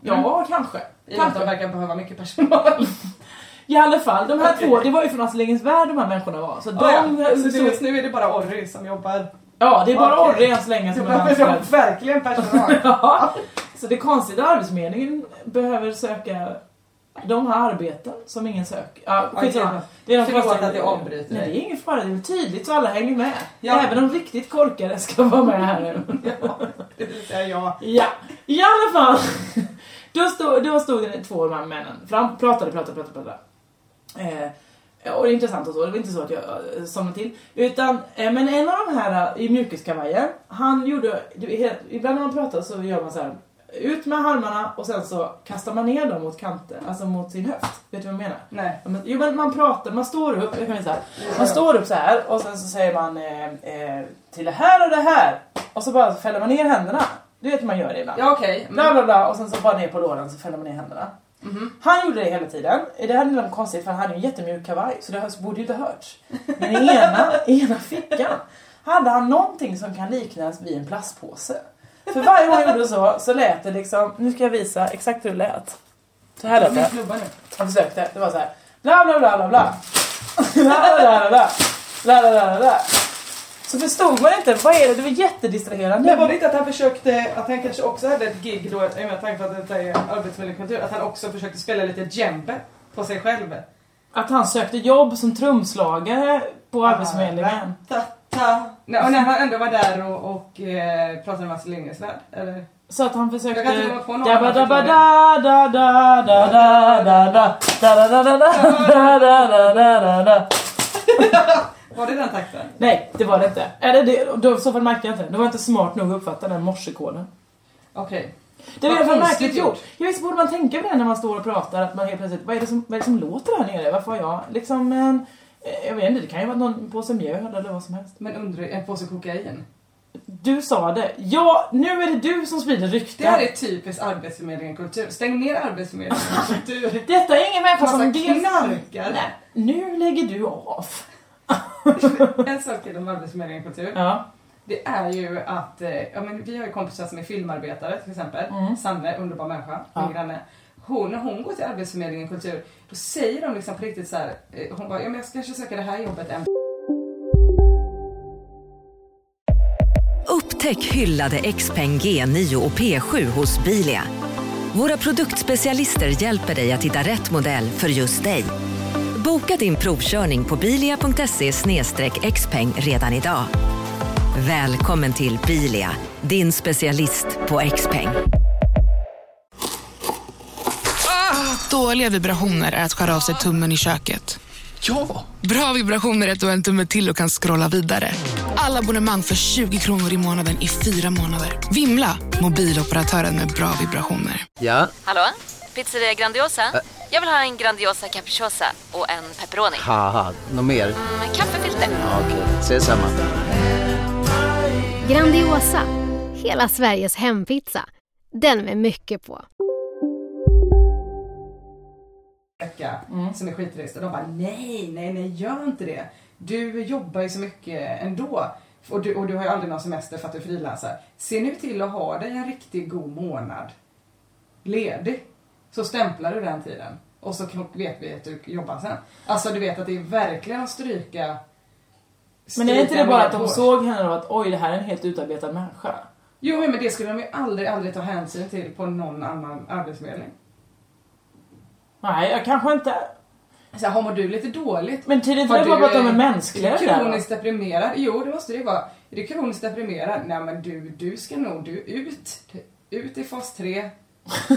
[SPEAKER 6] ja kanske.
[SPEAKER 5] Mm. I och med att de
[SPEAKER 6] kanske.
[SPEAKER 5] verkar behöva mycket personal.
[SPEAKER 6] I alla fall, de här två, det var ju från Astrid Lindgrens värld de här människorna var. Så de,
[SPEAKER 5] Ja, ja. Så
[SPEAKER 6] så,
[SPEAKER 5] just nu är det bara Orry som jobbar.
[SPEAKER 6] ja det är bara
[SPEAKER 5] Okej.
[SPEAKER 6] Orre än så länge
[SPEAKER 5] Då
[SPEAKER 6] som är hans
[SPEAKER 5] behöver
[SPEAKER 6] värld.
[SPEAKER 5] de verkligen personal.
[SPEAKER 6] Ja. Så det konstiga Arbetsförmedlingen behöver söka de här arbeten som ingen söker. Ja, skitsamma.
[SPEAKER 5] Okej.
[SPEAKER 6] det är de
[SPEAKER 5] Förlåt
[SPEAKER 6] konstiga-
[SPEAKER 5] att jag avbryter
[SPEAKER 6] Nej,
[SPEAKER 5] dig.
[SPEAKER 6] det är ingen fara. Det är tydligt så alla hänger med.
[SPEAKER 5] Ja.
[SPEAKER 6] Även de riktigt korkade ska vara med här nu.
[SPEAKER 5] Det vill säga jag.
[SPEAKER 6] Ja, i alla fall. Då stod, då stod det två av de här männen fram, pratade, pratade, pratade. pratade. Eh, och det är intressant och så, det var inte så att jag eh, somnade till. Utan, eh, men en av de här eh, i mjukisgavajen, han gjorde, det är helt- ibland när man pratar så gör man så här. Ut med armarna och sen så kastar man ner dem mot kanten, alltså mot sin höft. Vet du vad jag menar?
[SPEAKER 5] Nej.
[SPEAKER 6] Ja, men- Jo men man pratar, man står upp, jag kan säga, man står upp så här och sen så säger man eh, eh, till det här och det här och så bara fäller man ner händerna. Du vet hur man gör det ibland.
[SPEAKER 5] Ja okej.
[SPEAKER 6] Bla bla bla och sen så bara ner på låren så fäller man ner händerna.
[SPEAKER 5] Mhm.
[SPEAKER 6] Han gjorde det hela tiden. Det här är lite konstigt för han hade ju en jättemjuk kavaj så det hörs, borde ju inte hörts. Men i ena, i ena fickan hade han någonting som kan liknas vid en plastpåse. För varje gång han gjorde så så lät det liksom, nu ska jag visa exakt hur det lät. Så här lät det.
[SPEAKER 5] Klubba nu.
[SPEAKER 6] Han försökte, det var så här. Bla bla bla bla bla. Bla bla bla bla bla. Bla bla bla bla bla. Så förstod man inte, vad är det? Det var
[SPEAKER 5] Men var
[SPEAKER 6] jättedistraherande.
[SPEAKER 5] det inte att han försökte, att han kanske också hade ett gig då, i och med tanke på att det är arbetsmiljökultur, att han också försökte spela lite djembe på sig själv?
[SPEAKER 6] Att han sökte jobb som trumslagare
[SPEAKER 5] Ah,
[SPEAKER 6] på
[SPEAKER 5] Arbetsförmedlingen. Ta, ta. Nej, och när han ändå var där och, och eh, pratade med Astrid Lindgrens Värld, eller?
[SPEAKER 6] Så att han
[SPEAKER 5] Jag kan
[SPEAKER 6] försökte...
[SPEAKER 5] inte komma på någon
[SPEAKER 6] Dabba
[SPEAKER 5] annan
[SPEAKER 6] dabba
[SPEAKER 5] förklaring.
[SPEAKER 6] da da da da da da da da da da da da da da da da da
[SPEAKER 5] Var det den takten?
[SPEAKER 6] Nej, det var det inte. Eller det, då, i så fall märkte jag inte det. Det var inte smart nog att uppfatta den morsekoden.
[SPEAKER 5] Okej.
[SPEAKER 6] Det var
[SPEAKER 5] Vad
[SPEAKER 6] i alla fall
[SPEAKER 5] konstigt
[SPEAKER 6] märkligt gjort.
[SPEAKER 5] gjort.
[SPEAKER 6] Jag visst borde man tänka på det när man står och pratar att man helt plötsligt, vad är det som, vad är det som låter här nere? Varför har jag liksom en, eh, jag vet inte, det kan ju vara någon påse mjöl eller vad som helst.
[SPEAKER 5] Men undrar, en påse kokain?
[SPEAKER 6] Du sa det. Ja, nu är det du som sprider
[SPEAKER 5] Det här
[SPEAKER 6] rykten.
[SPEAKER 5] är typiskt arbetsförmedlingen-kultur. Stäng ner arbetsförmedlingen-kultur.
[SPEAKER 6] Detta är ingen människa
[SPEAKER 5] Massa
[SPEAKER 6] som dels...
[SPEAKER 5] knarkare.
[SPEAKER 6] Nej, nu lägger du av.
[SPEAKER 5] En sak till om arbetsförmedlingen-kultur.
[SPEAKER 6] Ja.
[SPEAKER 5] Det är ju att, eh, ja men vi har ju kompisar som är filmarbetare till exempel. Sanne, underbar människa, min
[SPEAKER 6] Ja.
[SPEAKER 5] granne. Hon, när hon går till Arbetsförmedlingen kultur, då säger de liksom på riktigt så här, eh, hon bara, ja men jag ska kanske söka det här jobbet en
[SPEAKER 7] Upptäck hyllade XPeng G9 och P7 hos Bilia. Våra produktspecialister hjälper dig att hitta rätt modell för just dig. Boka din provkörning på bilia.se xpeng redan idag. Välkommen till Bilia, din specialist på XPeng.
[SPEAKER 8] Dåliga vibrationer är att skära av sig tummen i köket.
[SPEAKER 9] Ja!
[SPEAKER 8] Bra vibrationer är att du har en tumme till och kan scrolla vidare. Alla abonnemang för 20 kronor i månaden i fyra månader. Vimla! Mobiloperatören med bra vibrationer.
[SPEAKER 1] Ja,
[SPEAKER 7] Hallå? Pizzeria Grandiosa? Jag vill ha en Grandiosa capriciosa och en pepperoni. Mm,
[SPEAKER 1] haha, något mer?
[SPEAKER 7] Kaffefilter.
[SPEAKER 1] Ja, Okej, ses samma.
[SPEAKER 8] Grandiosa, hela Sveriges hempizza. Den med mycket på.
[SPEAKER 5] vecka
[SPEAKER 6] Mm.
[SPEAKER 5] som är skittrist. Och de bara, nej, nej, nej, gör inte det. Du jobbar ju så mycket ändå. Och du, och du har ju aldrig någon semester för att du frilansar. Se nu till att ha dig en riktigt god månad ledig. Så stämplar du den tiden. Och så kan- vet vi att du jobbar sen. Alltså du vet att det är verkligen att stryka...
[SPEAKER 6] Men är inte det
[SPEAKER 5] stryka
[SPEAKER 6] bara att de
[SPEAKER 5] medhårs.
[SPEAKER 6] såg henne och att oj, det här är en helt utarbetad människa?
[SPEAKER 5] Jo, men det skulle de ju aldrig, aldrig ta hänsyn till på någon annan arbetsförmedling.
[SPEAKER 6] Nej, jag kanske inte.
[SPEAKER 5] Så här, har Alltså, du lite dåligt?
[SPEAKER 6] Men tyder inte
[SPEAKER 5] Har
[SPEAKER 6] det bara på att de är
[SPEAKER 5] Är
[SPEAKER 6] mänskliga
[SPEAKER 5] du
[SPEAKER 6] där, va?
[SPEAKER 5] kroniskt deprimerad? Jo, det måste det ju vara. Är du kroniskt deprimerad? Nej, men du, du ska nog du, ut. Ut i fas 3.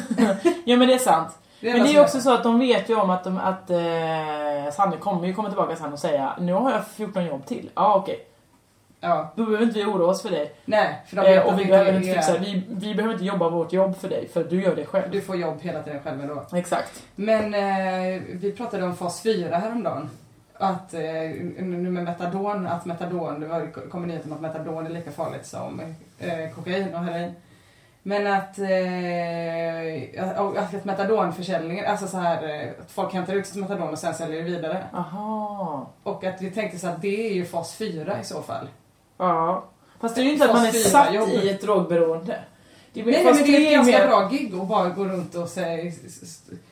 [SPEAKER 6] Ja men det är sant.
[SPEAKER 5] Det är
[SPEAKER 6] men
[SPEAKER 5] vad
[SPEAKER 6] det är ju
[SPEAKER 5] som
[SPEAKER 6] också så att de vet ju om att, de, att eh, Sanne kommer ju komma tillbaka sen och säga nu har jag 14 jobb till. Ja okej,
[SPEAKER 5] Ja,
[SPEAKER 6] då behöver inte vi oroa oss för dig.
[SPEAKER 5] nej. För de vet
[SPEAKER 6] Eh,
[SPEAKER 5] att
[SPEAKER 6] och vi
[SPEAKER 5] det
[SPEAKER 6] behöver,
[SPEAKER 5] är-
[SPEAKER 6] inte fixa, vi, vi behöver inte jobba vårt jobb för dig för du gör det själv.
[SPEAKER 5] Du får jobb hela tiden själv ändå.
[SPEAKER 6] Exakt.
[SPEAKER 5] Men eh, vi pratade om fas 4 häromdagen. att eh, nu med metadon, att metadon, det var, kommer nyheten om att metadon är lika farligt som eh, kokain och heroin. Men att, eh, och att metadonförsäljningen, alltså så här eh, att folk hämtar ut sitt metadon och sen säljer det vidare.
[SPEAKER 6] Aha.
[SPEAKER 5] Och att vi tänkte så att det är ju fas 4 i så fall.
[SPEAKER 6] Ja. Fast det är ju inte att
[SPEAKER 5] Fast
[SPEAKER 6] man är
[SPEAKER 5] fyra
[SPEAKER 6] satt
[SPEAKER 5] jobb.
[SPEAKER 6] i ett drogberoende. Det är,
[SPEAKER 5] Nej,
[SPEAKER 6] fast
[SPEAKER 5] men det är ett ganska
[SPEAKER 6] mer-
[SPEAKER 5] bra gig att bara gå runt och säga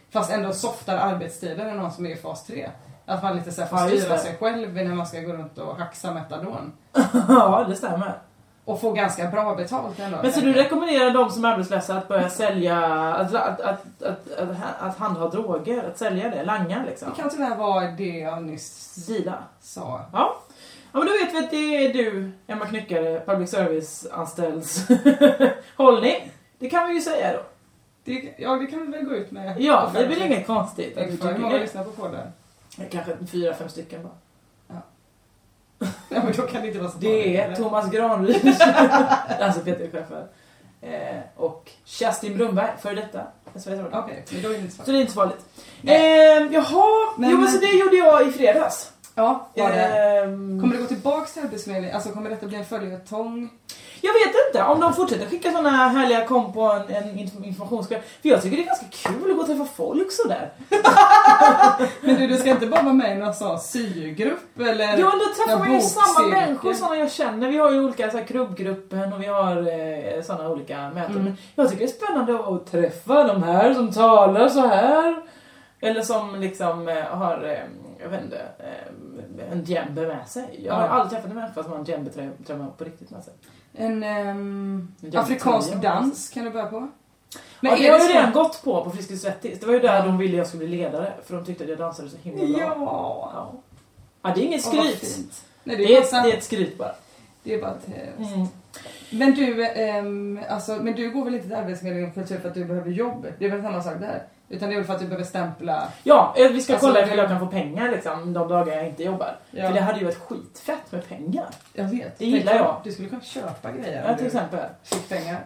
[SPEAKER 5] fast ändå softare arbetstider än någon som är i fas 3. Att man lite så här får
[SPEAKER 6] Ja, just
[SPEAKER 5] styra
[SPEAKER 6] det.
[SPEAKER 5] sig själv när man ska gå runt och haxa metadon.
[SPEAKER 6] Ja, det stämmer.
[SPEAKER 5] Och få ganska bra betalt ändå.
[SPEAKER 6] Men så du rekommenderar de som är arbetslösa att börja sälja, att, att, att, att, att, att handha droger, att sälja det, langa liksom?
[SPEAKER 5] Det kan tyvärr vara det jag nyss
[SPEAKER 6] Dila.
[SPEAKER 5] sa.
[SPEAKER 6] Ja. ja, men då vet vi att det är du, Emma Knyckare, public service-anställds hållning. Det kan vi ju säga då.
[SPEAKER 5] Det, ja, det kan vi väl gå ut med.
[SPEAKER 6] Ja, det är väl inget konstigt att du
[SPEAKER 5] Hur
[SPEAKER 6] tycker
[SPEAKER 5] många liksom. lyssnar
[SPEAKER 6] det.
[SPEAKER 5] på podden?
[SPEAKER 6] Kanske fyra, fem stycken bara.
[SPEAKER 5] Ja, men då kan det inte vara så farligt,
[SPEAKER 6] Det är
[SPEAKER 5] eller?
[SPEAKER 6] Thomas Granryd, alltså Peter Schäfer, eh, och Kerstin Brunberg, före detta Sveriges Radio.
[SPEAKER 5] Okej, men då är det inte så
[SPEAKER 6] Så det är inte så farligt.
[SPEAKER 5] Nej.
[SPEAKER 6] Ehm, jaha,
[SPEAKER 5] Men-
[SPEAKER 6] jo men så det gjorde jag i fredags.
[SPEAKER 5] Ja, var det?
[SPEAKER 6] Ehm,
[SPEAKER 5] Kommer det gå tillbaks till Arbetsförmedlingen? Alltså kommer detta bli en följetong?
[SPEAKER 6] Jag vet inte om de fortsätter skicka såna här härliga komp och en, en inf- informationsgrej. För jag tycker det är ganska kul att gå och träffa folk sådär.
[SPEAKER 5] Men du, du ska inte bara vara med i någon sån sygrupp eller?
[SPEAKER 6] Ja, då träffar man ju samma
[SPEAKER 5] bokcirkel?
[SPEAKER 6] människor, sådana jag känner. Vi har ju olika så här, krubbgruppen och vi har eh, sådana olika möten.
[SPEAKER 5] Mm.
[SPEAKER 6] Men jag tycker det är spännande att träffa de här som talar så här. Eller som liksom eh, har, eh, jag vet inte, eh, en djembe med sig. Jag har
[SPEAKER 5] Ja.
[SPEAKER 6] aldrig träffat en människa som har en djembe på riktigt med sig.
[SPEAKER 5] En ehm,
[SPEAKER 6] jävla
[SPEAKER 5] afrikansk
[SPEAKER 6] tröja.
[SPEAKER 5] dans kan du börja på.
[SPEAKER 6] Men ja, det
[SPEAKER 5] är
[SPEAKER 6] har jag ju
[SPEAKER 5] så-
[SPEAKER 6] redan gått på, på Friskis Svettis. Det var ju där de ville jag skulle bli ledare, för de tyckte att jag dansade så himla bra.
[SPEAKER 5] Ja.
[SPEAKER 6] ja. Ja, det är inget
[SPEAKER 5] Åh, vad
[SPEAKER 6] skryt.
[SPEAKER 5] fint.
[SPEAKER 6] det,
[SPEAKER 5] Nej,
[SPEAKER 6] är ett,
[SPEAKER 5] bara-
[SPEAKER 6] det är ett skryt bara.
[SPEAKER 5] Det är bara ett, eh,
[SPEAKER 6] Mm.
[SPEAKER 5] men, du, ehm, alltså, men du går väl inte till Arbetsförmedlingen för, typ för att du behöver jobb? Det är väl samma sak där? Utan det är väl för att du behöver stämpla?
[SPEAKER 6] Ja, eh, vi ska
[SPEAKER 5] Alltså,
[SPEAKER 6] kolla
[SPEAKER 5] det-
[SPEAKER 6] ifall jag kan få pengar liksom, de dagar jag inte jobbar.
[SPEAKER 5] Ja.
[SPEAKER 6] För det hade ju varit skitfett med pengar.
[SPEAKER 5] Jag vet.
[SPEAKER 6] Det gillar
[SPEAKER 5] Tänk om
[SPEAKER 6] jag.
[SPEAKER 5] Du skulle kunna köpa grejer. om
[SPEAKER 6] Ja, till
[SPEAKER 5] du
[SPEAKER 6] exempel.
[SPEAKER 5] Fick pengar.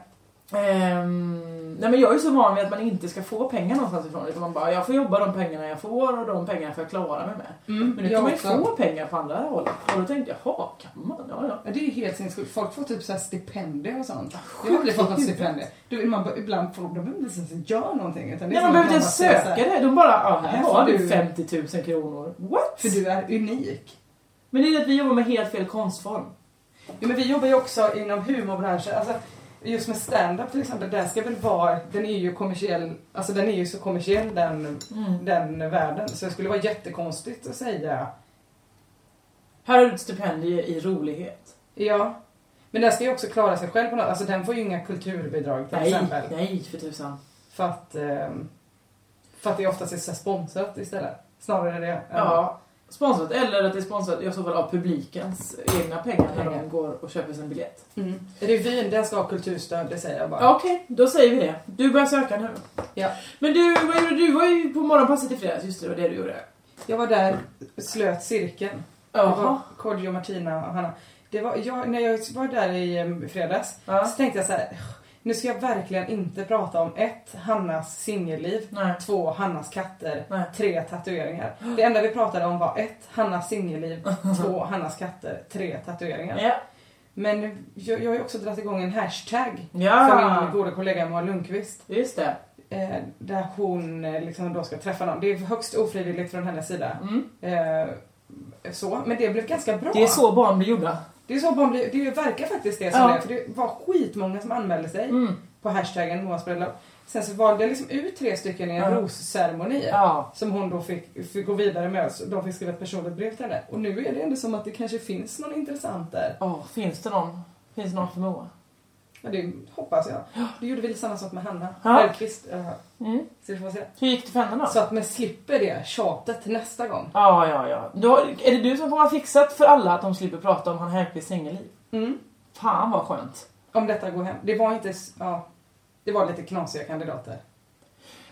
[SPEAKER 6] Ehm, nej men jag är ju så van vid att man inte ska få pengar någonstans ifrån. Utan man bara, jag får jobba de pengarna jag får och de pengarna får jag klara mig med.
[SPEAKER 5] Mm,
[SPEAKER 6] men
[SPEAKER 5] jag
[SPEAKER 6] nu kan man ju
[SPEAKER 5] också.
[SPEAKER 6] få pengar på andra hållet. Och då tänkte jag, jaha, kan man? Ja, ja.
[SPEAKER 5] Ja, det är ju helt sinnessjukt. Folk får typ så här stipendier och sånt. Jag har aldrig fått något stipendier. Du, man, bara- ibland får de behöver inte ens göra någonting. Utan det är
[SPEAKER 6] Nej,
[SPEAKER 5] som
[SPEAKER 6] man behöver inte
[SPEAKER 5] att
[SPEAKER 6] ens
[SPEAKER 5] bara säger
[SPEAKER 6] söka
[SPEAKER 5] så här,
[SPEAKER 6] det. De bara, ja, här
[SPEAKER 5] Här
[SPEAKER 6] har
[SPEAKER 5] får
[SPEAKER 6] du
[SPEAKER 5] du-
[SPEAKER 6] 50 000 kronor. What?
[SPEAKER 5] För du är unik.
[SPEAKER 6] Men det är att vi jobbar med helt fel konstform.
[SPEAKER 5] Ja, men vi jobbar ju också inom humorbranschen. Alltså, just med stand-up till exempel, den ska väl vara, den är ju kommersiell, alltså den är ju så kommersiell den, Mm. den världen. Så det skulle vara jättekonstigt att säga,
[SPEAKER 6] Här har du ett stipendium i rolighet.
[SPEAKER 5] ja. Men den ska ju också klara sig själv på något, alltså den får ju inga kulturbidrag till
[SPEAKER 6] Nej,
[SPEAKER 5] exempel.
[SPEAKER 6] nej för tusan.
[SPEAKER 5] För att, ehm, för att det oftast är så här sponsrat istället. Snarare det. än-
[SPEAKER 6] Ja. Sponsrat, eller att det är sponsrat i så fall av publikens egna pengar när de
[SPEAKER 5] Pengar.
[SPEAKER 6] går och köper sin biljett.
[SPEAKER 5] Mm. Revyn, den ska ha kulturstöd, det säger jag bara.
[SPEAKER 6] Ja, Okej, då säger vi det. Du börjar söka nu.
[SPEAKER 5] Ja.
[SPEAKER 6] Men du, vad gjorde du? Du var ju på morgonpasset i fredags, just det, det var det du gjorde.
[SPEAKER 5] Jag var där, slöt cirkeln.
[SPEAKER 6] Jaha.
[SPEAKER 5] Det var Kodjo, Martina och Hanna. Det var, jag, när jag var där i em, fredags
[SPEAKER 6] Ja.
[SPEAKER 5] så tänkte jag så här. Nu ska jag verkligen inte prata om ett, Hannas singelliv.
[SPEAKER 6] Nej.
[SPEAKER 5] Två, Hannas katter.
[SPEAKER 6] Nej.
[SPEAKER 5] Tre, tatueringar. Det enda vi pratade om var ett, Hannas singelliv. två, Hannas katter. Tre, tatueringar.
[SPEAKER 6] Ja.
[SPEAKER 5] Men jag, jag har ju också dragit igång en hashtag.
[SPEAKER 6] Ja.
[SPEAKER 5] För min goda kollega Moa Lundqvist.
[SPEAKER 6] Just det.
[SPEAKER 5] Eh, där hon eh, liksom då ska träffa någon. Det är högst ofrivilligt från hennes sida. Eh, så, men det blev ganska bra.
[SPEAKER 6] Mm. Det är så barn blir gjorda.
[SPEAKER 5] det, är så barn blir, det verkar faktiskt det som
[SPEAKER 6] Ja.
[SPEAKER 5] det är, För det var skitmånga som anmälde sig
[SPEAKER 6] Mm.
[SPEAKER 5] på hashtaggen Moas bröllop. Sen så valde jag liksom ut tre stycken i en
[SPEAKER 6] Ja.
[SPEAKER 5] rosceremoni.
[SPEAKER 6] Ja.
[SPEAKER 5] Som hon då fick, fick gå vidare med. Så de fick skriva ett personligt brev till henne. Och nu är det ändå som att det kanske finns någon intressant där.
[SPEAKER 6] Åh, finns det någon? Finns det någon för Moa?
[SPEAKER 5] Ja, det hoppas jag. Då gjorde vi lite samma sak med Hanna
[SPEAKER 6] Ja.
[SPEAKER 5] Bergqvist. Ja.
[SPEAKER 6] Mm.
[SPEAKER 5] Så vi får se.
[SPEAKER 6] Hur gick det för henne då?
[SPEAKER 5] Så att man slipper det tjatet nästa gång.
[SPEAKER 6] Ja, ja, ja. Då, är det du som kommer ha fixat för alla att de slipper prata om han Hellqvists singelliv?
[SPEAKER 5] Mm.
[SPEAKER 6] Fan vad skönt.
[SPEAKER 5] Om detta går hem. Det var inte... s- Ja, det var lite knasiga kandidater.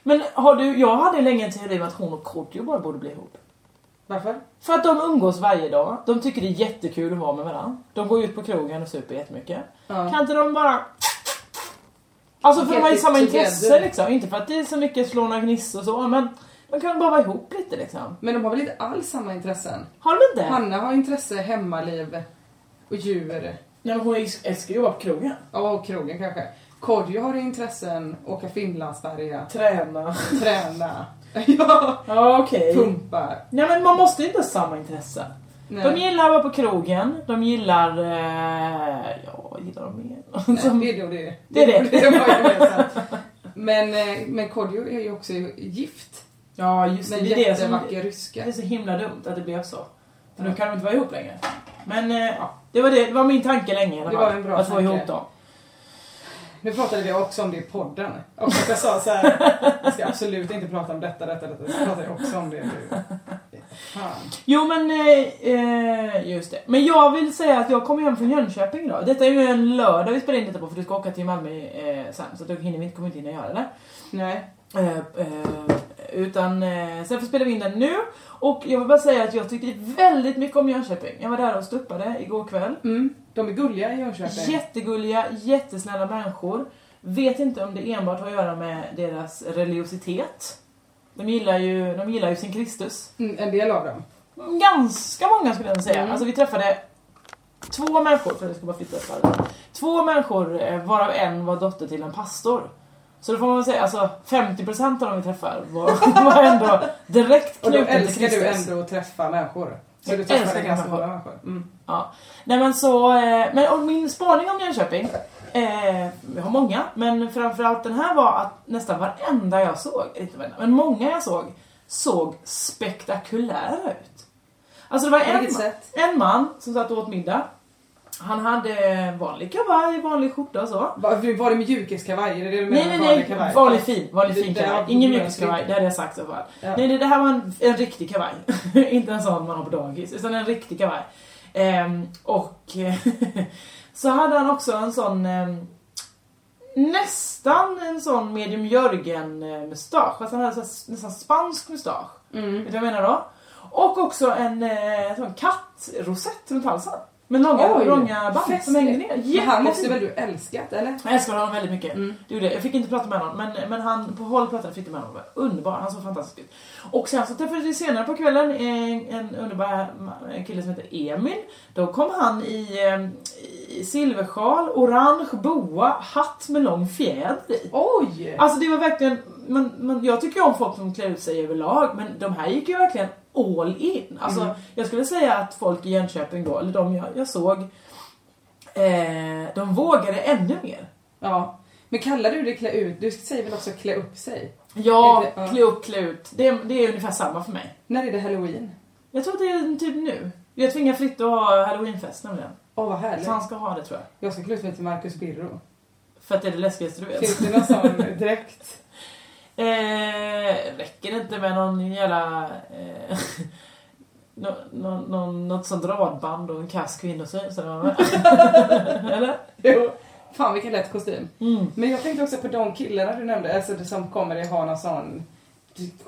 [SPEAKER 6] Men har du, jag hade länge en teori om att hon och Kodjo bara borde bli ihop.
[SPEAKER 5] Varför?
[SPEAKER 6] För att de umgås varje dag, de tycker det är jättekul att vara med varandra. De går ut på krogen och super jättemycket.
[SPEAKER 5] Ja.
[SPEAKER 6] Kan inte de bara... Alltså för de har ju
[SPEAKER 5] Get it
[SPEAKER 6] samma
[SPEAKER 5] together.
[SPEAKER 6] intresse liksom. Inte för att det är så mycket slå några gnissor och så, men De kan bara vara ihop lite liksom.
[SPEAKER 5] Men de har väl inte alls samma intressen?
[SPEAKER 6] Har de inte?
[SPEAKER 5] Hanna har intresse hemmaliv och djur.
[SPEAKER 6] Ja, men hon älskar ju att vara på krogen.
[SPEAKER 5] Ja, och krogen kanske. Kodjo har intressen åka Finlandsfärja.
[SPEAKER 6] Träna.
[SPEAKER 5] Träna. ja.
[SPEAKER 6] Ja, okej.
[SPEAKER 5] Pumpa.
[SPEAKER 6] Nej men man måste ju inte ha samma intressen.
[SPEAKER 5] Nej.
[SPEAKER 6] De gillar att vara på krogen, de gillar... Eh, ja, gillar de mer? Som-
[SPEAKER 5] Nej, det är då det.
[SPEAKER 6] Det är det.
[SPEAKER 5] det var gemensamt. men, eh, men Kodjo är ju också gift.
[SPEAKER 6] Ja, just det.
[SPEAKER 5] Men
[SPEAKER 6] Det är det, som,
[SPEAKER 5] jättevacker ryska.
[SPEAKER 6] det är så himla dumt att det blev så. För nu kan de inte vara ihop längre. Men eh, ja, det var, det, det var min tanke länge i alla
[SPEAKER 5] Det
[SPEAKER 6] fall.
[SPEAKER 5] var en bra
[SPEAKER 6] Att få
[SPEAKER 5] tanke.
[SPEAKER 6] ihop dem.
[SPEAKER 5] Nu pratade vi också om det i podden. Och att jag sa så här, jag ska absolut inte prata om detta, detta, detta. Så pratade jag också om det nu. Fan.
[SPEAKER 6] Jo men, eh, eh, just det. Men jag vill säga att jag kommer hem från Jönköping idag. Detta är ju en lördag vi spelar in detta på för du ska åka till Malmö eh, sen. Så då hinner vi inte, kommer vi inte hinna göra det.
[SPEAKER 5] Nej.
[SPEAKER 6] Eh, eh, utan eh, sen spelar vi in den nu. Och jag vill bara säga att jag tyckte väldigt mycket om Jönköping. Jag var där och stuppade igår kväll.
[SPEAKER 5] Mm. De är gulliga i Jönköping.
[SPEAKER 6] Jättegulliga, jättesnälla människor. Vet inte om det enbart har att göra med deras religiositet. De gillar ju, de gillar ju sin Kristus.
[SPEAKER 5] Mm, en del av dem.
[SPEAKER 6] Ganska många skulle jag nog säga.
[SPEAKER 5] Mm.
[SPEAKER 6] Alltså vi träffade två människor, för jag ska bara flytta ett varv. Två människor eh, varav en var dotter till en pastor. Så då får man väl säga, alltså 50% av dem vi träffar var, var ändå direkt
[SPEAKER 5] Och då
[SPEAKER 6] knuten till
[SPEAKER 5] älskar du
[SPEAKER 6] Kristus.
[SPEAKER 5] ändå att träffa människor. Så
[SPEAKER 6] Jag
[SPEAKER 5] du träffar
[SPEAKER 6] älskar
[SPEAKER 5] ganska
[SPEAKER 6] människor.
[SPEAKER 5] många människor. Mm.
[SPEAKER 6] Ja. Nej men så, eh, men och min spaning om Jönköping, eh, jag har många, men framförallt den här var att nästan varenda jag såg, inte varenda, men många jag såg, såg spektakulära ut. Alltså det var
[SPEAKER 5] På
[SPEAKER 6] en,
[SPEAKER 5] vilket sätt?
[SPEAKER 6] en man som satt och åt middag, han hade vanlig kavaj, vanlig skjorta och så.
[SPEAKER 5] Var, var det mjukiskavaj? Är det det du menar med
[SPEAKER 6] Nej, nej, nej.
[SPEAKER 5] vanlig kavaj?
[SPEAKER 6] Vanlig fin, vanlig
[SPEAKER 5] Det-
[SPEAKER 6] fin
[SPEAKER 5] det-
[SPEAKER 6] kavaj.
[SPEAKER 5] det-
[SPEAKER 6] Ingen
[SPEAKER 5] det-
[SPEAKER 6] mjukiskavaj, det hade jag sagt i alla fall.
[SPEAKER 5] Ja.
[SPEAKER 6] Nej, det, det här var en, en riktig kavaj. Inte en sån man har på dagis, utan en riktig kavaj. Ehm, och så hade han också en sån ehm, nästan en sån medium Jörgen eh, mustasch. Alltså han hade så här, nästan spansk mustasch.
[SPEAKER 5] Mm.
[SPEAKER 6] Vet du vad jag menar då? Och också en eh, sån kattrosett runt halsen. Med långa,
[SPEAKER 5] Oj,
[SPEAKER 6] långa band som
[SPEAKER 5] festligt.
[SPEAKER 6] hängde ner.
[SPEAKER 5] Men han måste väl
[SPEAKER 6] Jättefint.
[SPEAKER 5] du älskat eller?
[SPEAKER 6] Jag älskar honom väldigt mycket.
[SPEAKER 5] Mm.
[SPEAKER 6] Det gjorde jag. jag fick inte prata med honom, men, men han, på håll pratade fick jag med honom. Underbar, han såg fantastisk ut. Och sen så träffade vi senare på kvällen en, en underbar ma- en kille som heter Emil. Då kom han i, eh, i silversjal, orange boa, hatt med lång fjäder i.
[SPEAKER 5] Oj!
[SPEAKER 6] Alltså det var verkligen, men, men jag tycker ju om folk som klär ut sig överlag, men de här gick ju verkligen all in. Alltså
[SPEAKER 5] Mm.
[SPEAKER 6] jag skulle säga att folk i Jönköping då, eller de jag, jag såg, eh, de vågade ännu mer.
[SPEAKER 5] Ja. Men kallar du det klä ut? Du säger väl också klä upp sig?
[SPEAKER 6] Ja,
[SPEAKER 5] Är det- ja.
[SPEAKER 6] klä upp, klä ut. Det, det är ungefär samma för mig.
[SPEAKER 5] När är det halloween?
[SPEAKER 6] Jag tror att det är typ nu. Jag tvingar Fritte att ha halloweenfest nämligen.
[SPEAKER 5] Åh vad härligt.
[SPEAKER 6] Så han ska ha det tror jag.
[SPEAKER 5] Jag ska klä ut mig till Marcus Birro.
[SPEAKER 6] För att det är det läskigaste du vet.
[SPEAKER 5] Finns det någon sån dräkt?
[SPEAKER 6] Eh, räcker det inte med någon jävla... Eh, nå, nå, nå, något sånt radband och en kass kvinnosyn? Så det var med. Eller?
[SPEAKER 5] Jo. Fan vilken lätt kostym.
[SPEAKER 6] Mm.
[SPEAKER 5] Men jag tänkte också på de killarna du nämnde, alltså det som kommer i ha någon sån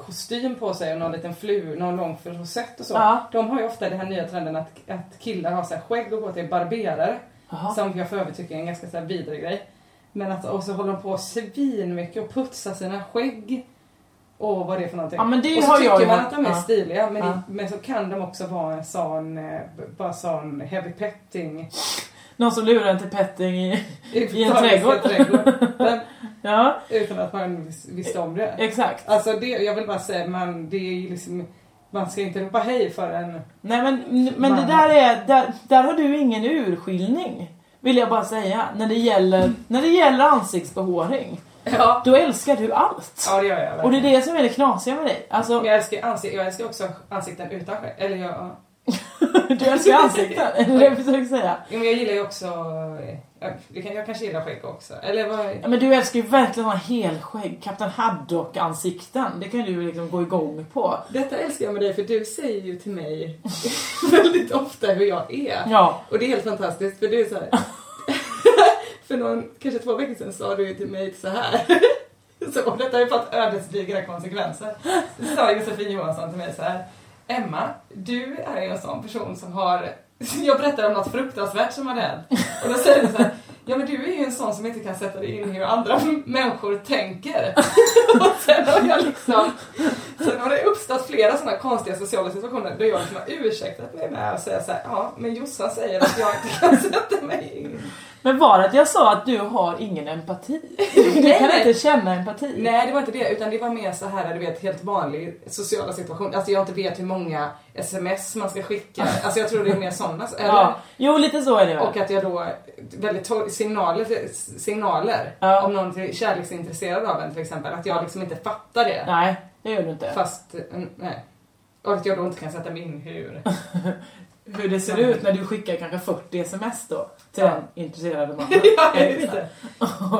[SPEAKER 5] kostym på sig och någon liten flu, någon lång rosett och så.
[SPEAKER 6] Ja.
[SPEAKER 5] De har ju ofta den här nya trenden att, att killar har så här skägg och går till barberare.
[SPEAKER 6] Jaha.
[SPEAKER 5] Som jag för övrigt tycker är en ganska så här vidrig grej. Men att, och så håller de på svin mycket och putsar sina skägg. Och vad det är för någonting.
[SPEAKER 6] Ja, men det
[SPEAKER 5] och så
[SPEAKER 6] har
[SPEAKER 5] tycker
[SPEAKER 6] jag ju
[SPEAKER 5] man
[SPEAKER 6] hört.
[SPEAKER 5] att de är
[SPEAKER 6] Ja.
[SPEAKER 5] stiliga men,
[SPEAKER 6] Ja.
[SPEAKER 5] men så kan de också vara en sån, eh, b- bara sån heavy petting
[SPEAKER 6] Någon som lurar en till petting i...
[SPEAKER 5] i,
[SPEAKER 6] en trädgård.
[SPEAKER 5] Men,
[SPEAKER 6] Ja,
[SPEAKER 5] utan att man vis- visste om det.
[SPEAKER 6] exakt.
[SPEAKER 5] Alltså det, jag vill bara säga, man, det är ju liksom, man ska inte ropa hej förrän...
[SPEAKER 6] Nej men, men det där är, där, där har du ingen urskiljning. Vill jag bara säga. När det gäller, när det gäller ansiktsbehåring.
[SPEAKER 5] Ja.
[SPEAKER 6] Då älskar du allt.
[SPEAKER 5] Ja det gör jag.
[SPEAKER 6] Och det är
[SPEAKER 5] verkligen.
[SPEAKER 6] det som är det knasiga med dig. Alltså,
[SPEAKER 5] Men jag älskar, ansik- jag älskar också ansikten utan skägg. Eller jag, ja.
[SPEAKER 6] du älskar ansikten. Eller det jag försöker säga.
[SPEAKER 5] Jo, men jag gillar ju också, eh, jag, det kan, jag kanske gillar skägg också. Eller vad...
[SPEAKER 6] Ja, men du älskar ju verkligen såna helskägg. Kapten Haddock-ansikten. Det kan ju du liksom gå igång på.
[SPEAKER 5] Detta älskar jag med dig för du säger ju till mig väldigt ofta hur jag är.
[SPEAKER 6] Ja.
[SPEAKER 5] Och det är helt fantastiskt för du är så här. för någon, kanske två veckor sedan sa du ju till mig så här. så, och detta har ju fått ödesdigra konsekvenser. Så sa Josefin Johansson till mig så här. Emma, du är ju en sån person som har... Jag berättar om något fruktansvärt som har hänt. Och då säger du så här. Ja men du är ju en sån som inte kan sätta dig in i hur andra människor tänker. Och sen har jag liksom Sen har det uppstått flera sådana konstiga sociala situationer där jag liksom har ursäktat mig med att säga så här, ja men Jossan säger att jag inte kan sätta mig in.
[SPEAKER 6] Men var det att jag sa att du har ingen empati? Du kan inte känna empati?
[SPEAKER 5] Nej det var inte det utan det var mer så här du vet helt vanlig sociala situation. Alltså jag inte vet hur många sms man ska skicka. Alltså jag tror det är mer sådana. Eller?
[SPEAKER 6] Ja. Jo lite så är det väl.
[SPEAKER 5] Och att jag då, väldigt to- signaler, signaler om någon är kärleksintresserad av en till exempel. Att jag liksom inte fattar det.
[SPEAKER 6] Nej, det gör du inte.
[SPEAKER 5] Fast, mm, nej. Och att jag då inte kan sätta mig in hur.
[SPEAKER 6] Hur det ser ut när du skickar kanske 40 sms då till
[SPEAKER 5] Ja.
[SPEAKER 6] den intresserade mannen.
[SPEAKER 5] Ja,
[SPEAKER 6] Eller
[SPEAKER 5] just
[SPEAKER 6] så.
[SPEAKER 5] det.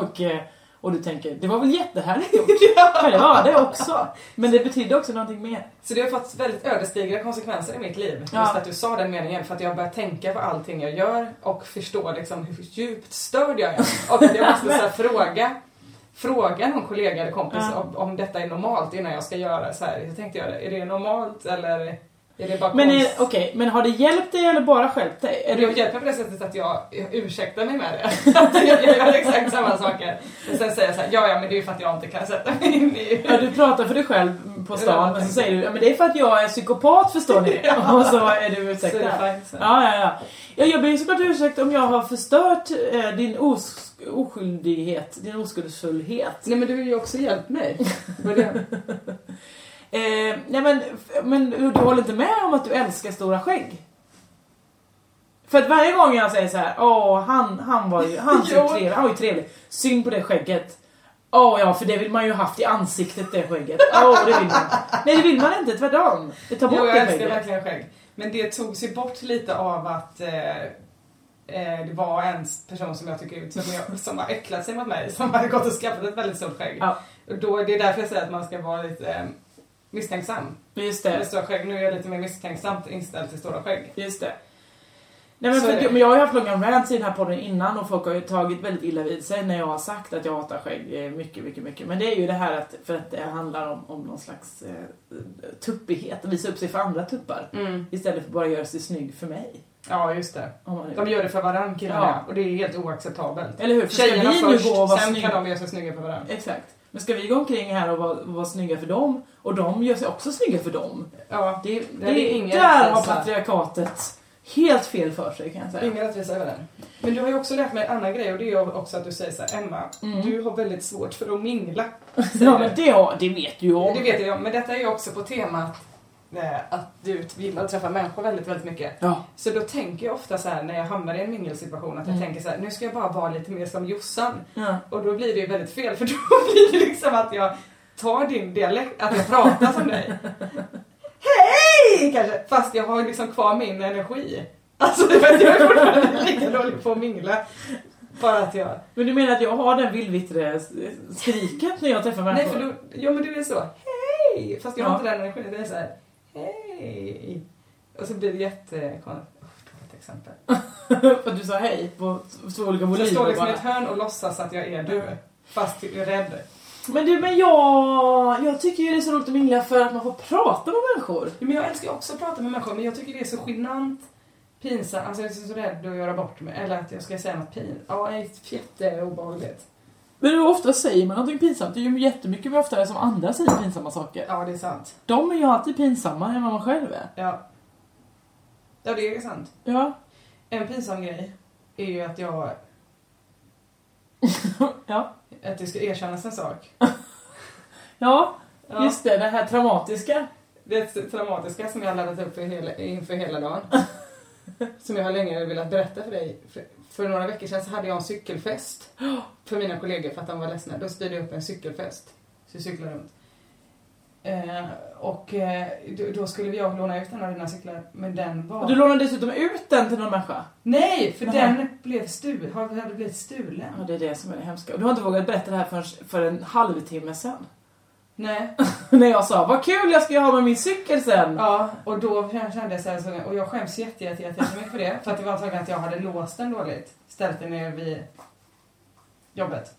[SPEAKER 6] och, eh, och du tänker, det var väl jättehärligt gjort? Men det var det också. Men det betydde också någonting mer.
[SPEAKER 5] Så det har fått väldigt ödesdigra konsekvenser i mitt liv.
[SPEAKER 6] Ja.
[SPEAKER 5] Just att du sa den meningen för att jag börjar tänka på allting jag gör och förstå liksom hur djupt störd jag är. Och att jag måste så här, fråga Fråga någon kollega eller kompis
[SPEAKER 6] Ja.
[SPEAKER 5] om, om detta är normalt innan jag ska göra så här. Hur tänkte jag det? Är det normalt eller är det bara
[SPEAKER 6] Men, är-
[SPEAKER 5] konst?
[SPEAKER 6] okej, men har det hjälpt dig eller bara stjälpt dig? Är
[SPEAKER 5] Eller jag
[SPEAKER 6] det,
[SPEAKER 5] hjälper på det sättet att jag jag ursäktar mig med det. Att jag gör exakt samma saker. Men sen säger jag såhär, ja ja men det är ju för att jag inte kan sätta mig in i...
[SPEAKER 6] ja, du pratar för dig själv på stan och så säger du, ja men det är för att jag är psykopat förstår ni.
[SPEAKER 5] Ja.
[SPEAKER 6] Och så är du
[SPEAKER 5] Så är det
[SPEAKER 6] ursäktad.
[SPEAKER 5] fine sen.
[SPEAKER 6] Ja, ja, ja. ja, jag ber ju såklart ursäkt om jag har förstört eh, din os- oskyldighet, din oskuldsfullhet.
[SPEAKER 5] Nej men du har ju också hjälpt mig. Vad är det?
[SPEAKER 6] Eh, nej men, men du håller inte med om att du älskar stora skägg? För att varje gång jag säger så här, åh han, han var ju, han, ser
[SPEAKER 5] Jo.
[SPEAKER 6] trevlig, han var ju trevlig, synd på det skägget. Åh ja, för det vill man ju haft i ansiktet det skägget. Åh, det vill man. Nej det vill man inte, tvärtom. Det tar
[SPEAKER 5] Jo,
[SPEAKER 6] bort
[SPEAKER 5] jag
[SPEAKER 6] det
[SPEAKER 5] älskar
[SPEAKER 6] skägget.
[SPEAKER 5] verkligen skägg. Men det togs ju bort lite av att eh, eh, det var en person som jag tycker ut som, jag, som har äcklat sig mot mig som hade gått och skaffat ett väldigt stort skägg.
[SPEAKER 6] Ja.
[SPEAKER 5] Och då, det är därför jag säger att man ska vara lite eh, misstänksam.
[SPEAKER 6] Just
[SPEAKER 5] Med
[SPEAKER 6] det,
[SPEAKER 5] stora skägg. Nu är jag lite mer misstänksamt inställd till stora skägg.
[SPEAKER 6] just det. Nej men,
[SPEAKER 5] Så
[SPEAKER 6] för,
[SPEAKER 5] är
[SPEAKER 6] att
[SPEAKER 5] det.
[SPEAKER 6] jag- men jag har ju haft långa rants i den här podden innan och folk har ju tagit väldigt illa vid sig när jag har sagt att jag hatar skägg eh, mycket, mycket, mycket. Men det är ju det här att, för att det handlar om, om någon slags eh, tuppighet, att visa upp sig för andra tuppar.
[SPEAKER 5] Mm.
[SPEAKER 6] Istället för bara göra sig snygg för mig.
[SPEAKER 5] Ja, just det.
[SPEAKER 6] Om man nu-
[SPEAKER 5] De gör det för varandra killarna
[SPEAKER 6] Ja.
[SPEAKER 5] och det är helt oacceptabelt.
[SPEAKER 6] Eller hur? För ska
[SPEAKER 5] Tjejerna
[SPEAKER 6] vi nu
[SPEAKER 5] först,
[SPEAKER 6] gå och vara
[SPEAKER 5] sen
[SPEAKER 6] snygga?
[SPEAKER 5] kan de göra sig snygga för varandra.
[SPEAKER 6] Exakt. Men ska vi gå omkring här och vara, vara snygga för dem och de gör sig också snygga för dem.
[SPEAKER 5] Ja,
[SPEAKER 6] Det, det,
[SPEAKER 5] är ingen
[SPEAKER 6] där har
[SPEAKER 5] rättvisa.
[SPEAKER 6] patriarkatet helt fel för sig kan jag säga.
[SPEAKER 5] Ingen rättvisa över den. Men du har ju också lärt mig en annan grej och det är ju också att du säger så här, Emma, du har väldigt svårt för att mingla. säger
[SPEAKER 6] Mm. Ja
[SPEAKER 5] du.
[SPEAKER 6] men det, har, det vet ju
[SPEAKER 5] Det
[SPEAKER 6] jag.
[SPEAKER 5] vet jag, men detta är ju också på temat eh, att du gillar att träffa människor väldigt, väldigt mycket.
[SPEAKER 6] Ja.
[SPEAKER 5] Så då tänker jag ofta så här när jag hamnar i en mingelsituation att jag tänker så här, nu ska jag bara vara lite mer som Jossan.
[SPEAKER 6] Mm. Ja.
[SPEAKER 5] Och då blir det ju väldigt fel för då blir det liksom att jag tar din dialekt, att jag pratar som dig. Hej! Kanske. Fast jag har ju liksom kvar min energi. Alltså det vet jag är fortfarande lika dålig på att mingla. Bara att jag...
[SPEAKER 6] Men du menar att jag har den villvittre skriket när jag träffar människor?
[SPEAKER 5] Nej för du, ja men du är så, hej! Fast jag har
[SPEAKER 6] Ja.
[SPEAKER 5] inte den energin, det är så här, hej! Och så blir det jättekonstigt. Ett exempel.
[SPEAKER 6] För att du sa hej på två olika
[SPEAKER 5] Så jag står
[SPEAKER 6] volymer
[SPEAKER 5] liksom i
[SPEAKER 6] bara.
[SPEAKER 5] ett hörn och låtsas att jag är du. Fast jag är rädd.
[SPEAKER 6] Men du, men jag, jag tycker ju det är så roligt att mingla för att man får prata med människor.
[SPEAKER 5] Men jag älskar ju också att prata med människor men jag tycker det är så genant pinsamt, alltså jag är så rädd att göra bort mig eller att jag ska säga något pin. Ja, det är jätteobehagligt.
[SPEAKER 6] Men hur ofta säger man någonting pinsamt? Det är ju jättemycket oftare som andra säger pinsamma saker.
[SPEAKER 5] Ja, det är sant.
[SPEAKER 6] De är ju alltid pinsammare än vad man själv är.
[SPEAKER 5] Ja. Ja, det är sant.
[SPEAKER 6] Ja.
[SPEAKER 5] En pinsam grej är ju att jag,
[SPEAKER 6] ja.
[SPEAKER 5] att det ska erkännas en sak.
[SPEAKER 6] Ja,
[SPEAKER 5] Ja.
[SPEAKER 6] just det. Det här traumatiska.
[SPEAKER 5] Det traumatiska som jag har laddat upp för hela, inför hela dagen. som jag har länge velat berätta för dig. För, för några veckor sedan så hade jag en cykelfest. För mina kollegor för att de var ledsna. Då styrde jag upp en cykelfest. Så jag cyklade runt. Eh, och eh, då, då skulle jag låna ut en av dina cyklar. Men den var...
[SPEAKER 6] Och du lånar dessutom ut den till någon människa.
[SPEAKER 5] Nej! För
[SPEAKER 6] Nej.
[SPEAKER 5] den blev stul, har- hade blivit stulen.
[SPEAKER 6] Ja, det är det som är det hemska. Och du har inte vågat berätta det här för, för en halvtimme sedan.
[SPEAKER 5] Nej.
[SPEAKER 6] När jag sa, vad kul jag ska ju ha med min cykel sen.
[SPEAKER 5] Ja, och då kände jag så här, så- och jag skäms jätte, jätte, jätte, jättemycket för det. För att det var antagligen att jag hade låst den dåligt. Ställt den ner vid jobbet.